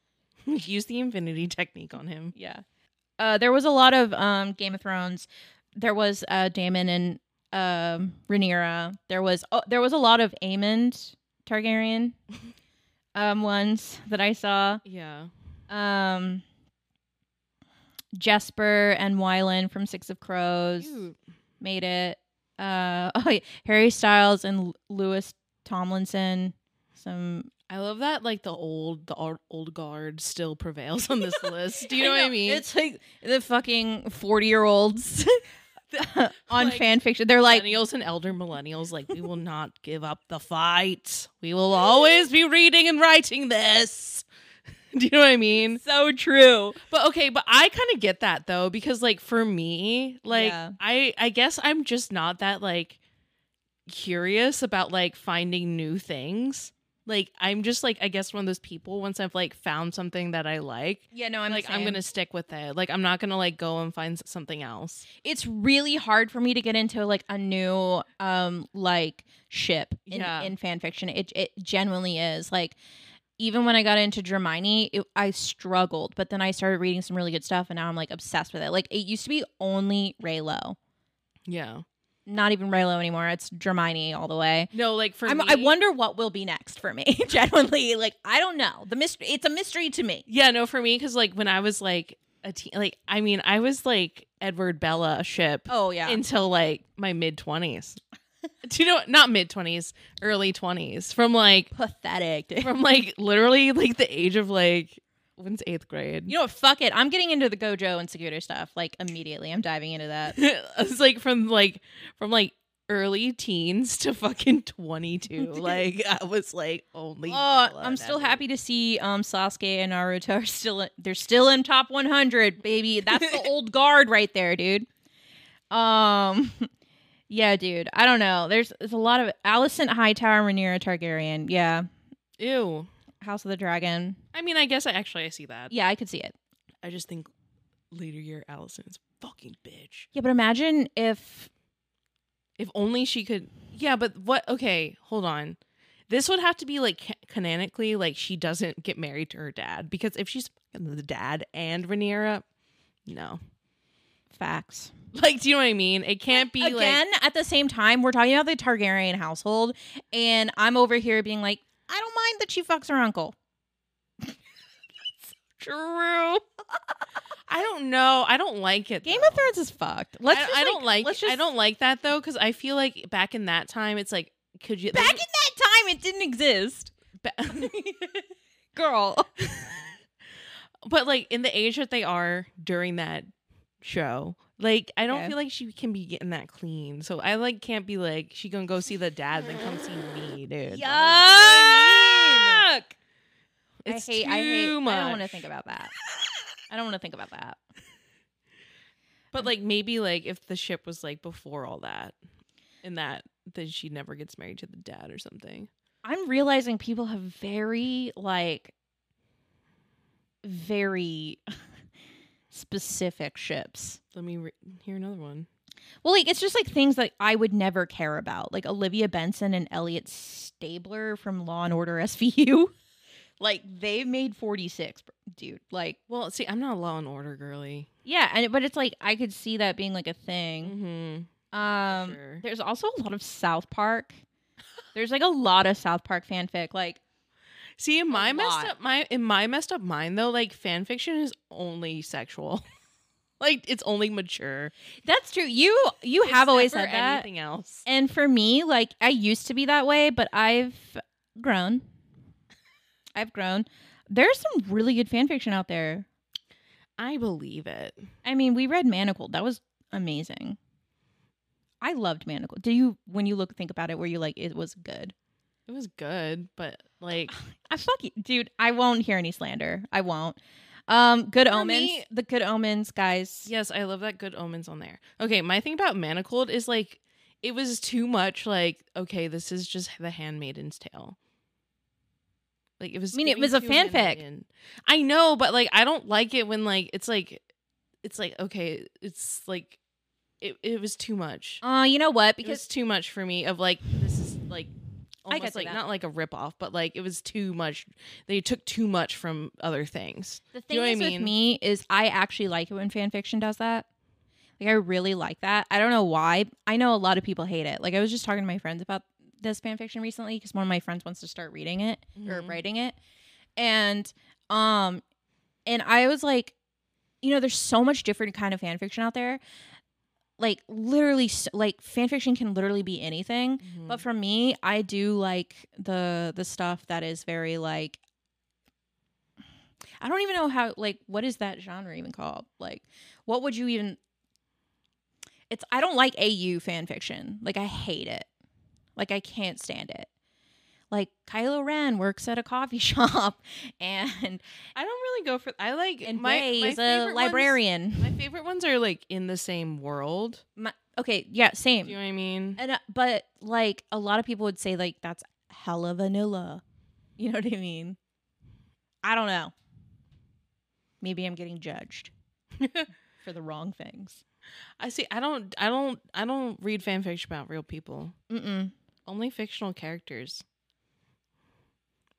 Speaker 2: Use the infinity technique on him.
Speaker 1: Yeah. Uh, there was a lot of um, Game of Thrones. There was uh, Damon and um, Rhaenyra. There was oh, there was a lot of Aemond Targaryen um, ones that I saw.
Speaker 2: Yeah.
Speaker 1: Um, Jesper and Wyland from Six of Crows
Speaker 2: Cute.
Speaker 1: made it. Uh, oh, yeah, Harry Styles and L- Lewis Tomlinson. Some
Speaker 2: I love that like the old the old, old guard still prevails on this list. Do you know, what I mean?
Speaker 1: It's like the fucking forty year olds on
Speaker 2: Like,
Speaker 1: fan fiction. They're like,
Speaker 2: millennials and elder millennials like we will not give up the fight. We will always be reading and writing this. Do you know what I mean?
Speaker 1: so true.
Speaker 2: But okay, but I kind of get that though because like for me, like
Speaker 1: Yeah.
Speaker 2: I I guess I'm just not that like curious about like finding new things. Like I'm just like I guess one of those people once I've like found something that I like,
Speaker 1: Yeah, no, I'm
Speaker 2: like I'm going to stick with it. Like I'm not going to like go and find s- something else.
Speaker 1: It's really hard for me to get into like a new um like ship in
Speaker 2: Yeah.
Speaker 1: in fan fiction. It it genuinely is like. Even when I got into Dramini, it, I struggled, but then I started reading some really good stuff, and now I'm like obsessed with it. Like it used to be only Raylo,
Speaker 2: Yeah.
Speaker 1: Not even Raylo anymore. It's Germani all the way.
Speaker 2: No, like for
Speaker 1: I'm,
Speaker 2: me,
Speaker 1: I wonder what will be next for me. Genuinely, like I don't know. The mystery. It's a mystery to me.
Speaker 2: Yeah, no, for me, because like when I was like a teen, like I mean, I was like Edward Bella ship
Speaker 1: Oh yeah.
Speaker 2: until like my mid twenties. Do you know? Not mid twenties, early twenties. From like
Speaker 1: Pathetic. dude.
Speaker 2: from like literally like the age of like when's eighth grade?
Speaker 1: You know what? Fuck it. I'm getting into the Gojo and Seguder stuff like immediately. I'm diving into that.
Speaker 2: it's like from like from like early teens to fucking 22 like i was like only
Speaker 1: Oh,
Speaker 2: Bella
Speaker 1: I'm
Speaker 2: and
Speaker 1: still
Speaker 2: Edward.
Speaker 1: happy to see um Sasuke and Naruto are still they're still in top 100, baby. That's the old guard right there, dude. Um yeah, dude. I don't know. There's there's a lot of Alicent Hightower Rhaenyra Targaryen. Yeah.
Speaker 2: ew
Speaker 1: House of the Dragon.
Speaker 2: i mean i guess i actually i see that
Speaker 1: Yeah, I could see it.
Speaker 2: i just think later year allison is fucking bitch
Speaker 1: Yeah, but imagine if
Speaker 2: If only she could. Yeah, but what? Okay, hold on. This would have to be like ca- canonically, like she doesn't get married to her dad because if she's fucking the dad and Rhaenyra, no.
Speaker 1: facts.
Speaker 2: Like, do you know what I mean? It can't be like.
Speaker 1: Again, at the same time, we're talking about the Targaryen household and I'm over here being like, I don't mind that she fucks her uncle.
Speaker 2: True. I don't know. I don't like it.
Speaker 1: Game
Speaker 2: though.
Speaker 1: of Thrones is fucked. Let's
Speaker 2: I,
Speaker 1: just
Speaker 2: I don't like.
Speaker 1: let's just
Speaker 2: I don't like that though because I feel like back in that time, it's like, could you
Speaker 1: Back in that time, it didn't exist.
Speaker 2: Ba-
Speaker 1: Girl.
Speaker 2: but like in the age that they are during that show like i don't
Speaker 1: Okay.
Speaker 2: feel like she can be getting that clean so i like can't be like she gonna go see the dad then come see me dude
Speaker 1: Yuck. I
Speaker 2: I it's
Speaker 1: hate,
Speaker 2: too
Speaker 1: I hate.
Speaker 2: much
Speaker 1: I don't want to think about that. I don't want to think about that.
Speaker 2: but like maybe like if the ship was like before all that and that then she never gets married to the dad or something
Speaker 1: I'm realizing people have very, like, very specific ships.
Speaker 2: let me re- hear another one
Speaker 1: Well, like, it's just like things that I would never care about, like Olivia Benson and Elliot Stabler from Law and Order SVU. Like, they made 46, dude. Like,
Speaker 2: well see i'm not a law and order girly
Speaker 1: Yeah, and but it's like I could see that being like a thing.
Speaker 2: mm-hmm.
Speaker 1: Um
Speaker 2: sure.
Speaker 1: there's also a lot of South Park. There's like a lot of South Park fanfic. Like
Speaker 2: see in my messed
Speaker 1: lot.
Speaker 2: up my in my messed up mind though like fan fiction is only sexual like it's only mature
Speaker 1: that's true. You you
Speaker 2: It's
Speaker 1: have always
Speaker 2: never
Speaker 1: said that.
Speaker 2: Anything else?
Speaker 1: And for me, like I used to be that way, but I've grown. I've grown. There's some really good fanfiction out there.
Speaker 2: I believe it.
Speaker 1: I mean, we read Manacled. That was amazing. I loved Manacled. Do you when you look think about it were you like it was good?
Speaker 2: It was good, but like
Speaker 1: I fuck you, dude. I won't hear any slander. I won't. Um, good
Speaker 2: For
Speaker 1: omens.
Speaker 2: me-
Speaker 1: the good omens, guys.
Speaker 2: yes, I love that good omens on there. Okay, my thing about manacled is like it was too much like okay, this is just the handmaiden's tale. Like it was
Speaker 1: I mean, it
Speaker 2: giving
Speaker 1: was a
Speaker 2: too
Speaker 1: fanfic.
Speaker 2: Handmaiden. I know, but like I don't like it when like it's like it's like okay, it's like it, it was too much.
Speaker 1: Uh, you know what?
Speaker 2: because
Speaker 1: Because
Speaker 2: too much for me of like this is like
Speaker 1: I
Speaker 2: almost
Speaker 1: get
Speaker 2: like
Speaker 1: that.
Speaker 2: not like a rip off but like it was too much they took too much from other things
Speaker 1: the thing
Speaker 2: you know
Speaker 1: is
Speaker 2: what I
Speaker 1: with
Speaker 2: mean?
Speaker 1: me is I actually like it when fanfiction does that. Like I really like that. I don't know why. I know a lot of people hate it. Like I was just talking to my friends about this fanfiction recently because one of my friends wants to start reading it or
Speaker 2: Mhm.
Speaker 1: writing it, and um, and I was like, you know, there's so much different kind of fanfiction out there. Like literally, s- like fanfiction can literally be anything. But for me, I do like the the stuff that is very like I don't even know how like what is that genre even called? Like what would you even It's I don't like AU fan fiction. Like I hate it. Like I can't stand it. Like Kylo Ren works at a coffee shop and
Speaker 2: i don't really go for i like
Speaker 1: and
Speaker 2: my,
Speaker 1: Ray
Speaker 2: my
Speaker 1: is
Speaker 2: favorite
Speaker 1: a
Speaker 2: ones-
Speaker 1: uh, librarian.
Speaker 2: my favorite ones are like in the same world
Speaker 1: My, okay, yeah,
Speaker 2: do you know
Speaker 1: same.
Speaker 2: what i mean
Speaker 1: And uh, but like a lot of people would say like that's hella vanilla. You know what I mean? I don't know. Maybe I'm getting judged for the wrong things.
Speaker 2: i see i don't i don't i don't read fan fiction about real people
Speaker 1: Mm-mm.
Speaker 2: only fictional characters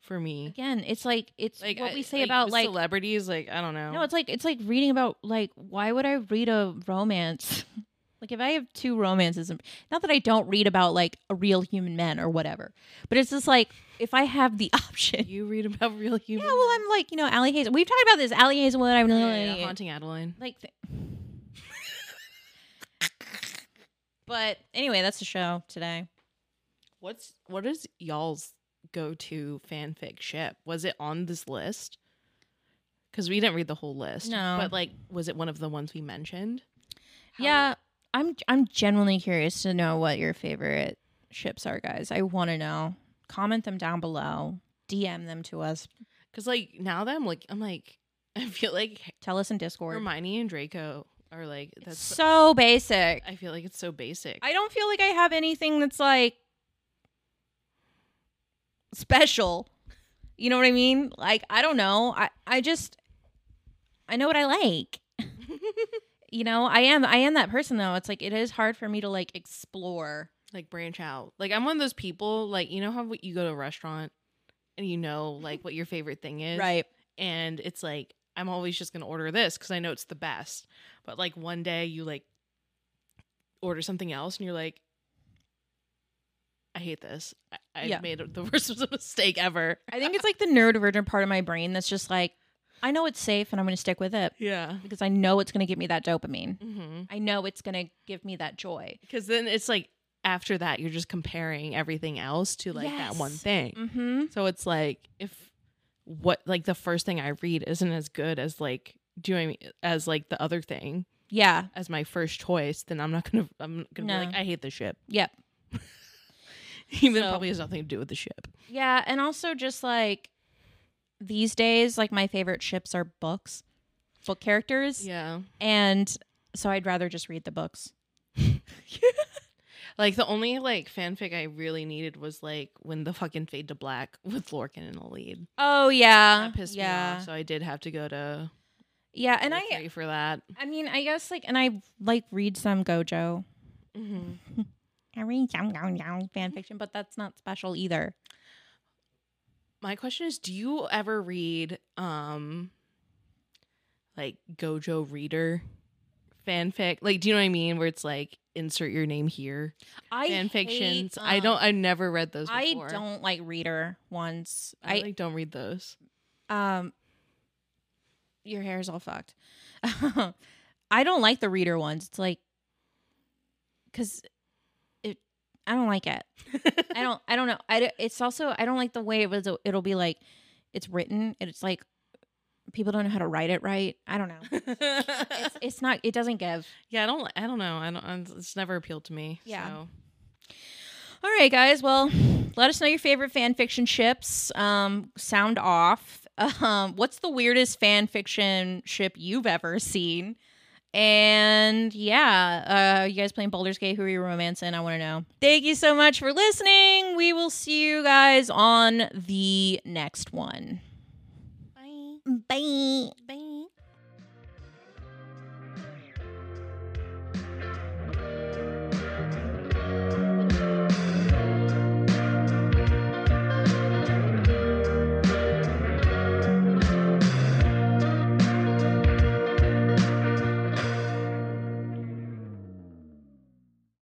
Speaker 2: for me
Speaker 1: Again, it's like it's
Speaker 2: like
Speaker 1: what
Speaker 2: I-
Speaker 1: we say about
Speaker 2: with
Speaker 1: like
Speaker 2: celebrities like i don't know
Speaker 1: no, it's like it's like reading about like why would I read a romance? Like if I have two romances, and- not that I don't read about like a real human men or whatever, but it's just like if I have the option.
Speaker 2: You read about real
Speaker 1: Yeah,
Speaker 2: human.
Speaker 1: well, I'm like you know, Allie Hazel. We've talked about this, Allie Hazel. and I
Speaker 2: Yeah,
Speaker 1: really
Speaker 2: yeah, yeah, haunting Adeline.
Speaker 1: like. Th- but anyway, that's the show today.
Speaker 2: What's what is y'all's go to fanfic ship? Was it on this list? Because we didn't read the whole list.
Speaker 1: No.
Speaker 2: but like, was it one of the ones we mentioned? How-
Speaker 1: Yeah, I'm I'm genuinely curious to know what your favorite ships are, guys. I want to know. Comment them down below. DM them to us.
Speaker 2: Because like now that I'm like I'm like I feel like
Speaker 1: Tell us in Discord.
Speaker 2: Hermione and Draco are like
Speaker 1: It's
Speaker 2: that's
Speaker 1: so basic.
Speaker 2: I feel like it's so basic.
Speaker 1: I don't feel like I have anything that's like special. You know what I mean? Like I don't know. I I just I know what I like. you know, I am I am that person though. It's like it is hard for me to like explore.
Speaker 2: like branch out. Like I'm one of those people like you know how w- you go to a restaurant and you know like what your favorite thing is. and it's like I'm always just gonna order this because I know it's the best. But like one day you like order something else and you're like, I hate this. I, I
Speaker 1: Yeah.
Speaker 2: made the worst mistake ever.
Speaker 1: I think it's like the neurodivergent part of my brain that's just like I know it's safe and I'm going to stick with it
Speaker 2: Yeah.
Speaker 1: because I know it's going to give me that dopamine.
Speaker 2: Mm-hmm.
Speaker 1: I know it's going to give me that joy.
Speaker 2: Because then it's like after that you're just comparing everything else to like that one
Speaker 1: Yes.
Speaker 2: thing.
Speaker 1: Mhm.
Speaker 2: So it's like if what like the first thing I read isn't as good as like doing as like the other thing
Speaker 1: Yeah.
Speaker 2: as my first choice, then I'm not gonna I'm gonna
Speaker 1: No.
Speaker 2: be like I hate the ship.
Speaker 1: Yep.
Speaker 2: Even
Speaker 1: So-
Speaker 2: it probably has nothing to do with the ship.
Speaker 1: Yeah, and also just like these days, like my favorite ships are books, book characters,
Speaker 2: Yeah.
Speaker 1: and so I'd rather just read the books.
Speaker 2: Like the only like fanfic I really needed was like when the fucking fade to black with Lorcan in the lead.
Speaker 1: Oh yeah,
Speaker 2: That pissed
Speaker 1: yeah,
Speaker 2: me off. So I did have to go to
Speaker 1: yeah. And
Speaker 2: Wave
Speaker 1: I,
Speaker 2: Three for that.
Speaker 1: I mean, I guess like, and I like read some Gojo.
Speaker 2: Mm-hmm.
Speaker 1: I read some Gojo fan fiction, but that's not special either.
Speaker 2: My question is, do you ever read um like Gojo Reader fanfic? Like, do you know what I mean? Where it's like insert your name here.
Speaker 1: I
Speaker 2: Fan
Speaker 1: hate,
Speaker 2: fictions. I
Speaker 1: um,
Speaker 2: don't I never read those
Speaker 1: I
Speaker 2: before.
Speaker 1: don't like reader ones.
Speaker 2: I
Speaker 1: I
Speaker 2: like don't read those.
Speaker 1: um your hair's all fucked i don't like the reader ones it's like because it i don't like it i don't i don't know I, don't- it's also i don't like the way it was it'll be like it's written and it's like people don't know how to write it right i don't know it's, it's not it doesn't give
Speaker 2: Yeah, I don't. I don't know. I don't. I'm- It's never appealed to me.
Speaker 1: Yeah.
Speaker 2: so.
Speaker 1: all right guys well let us know your favorite fan fiction ships um sound off um what's the weirdest fan fiction ship you've ever seen And yeah, uh, you guys playing Baldur's Gate, who are you romancing? I want to know. Thank you so much for listening. We will see you guys on the next one. Bye. Bye.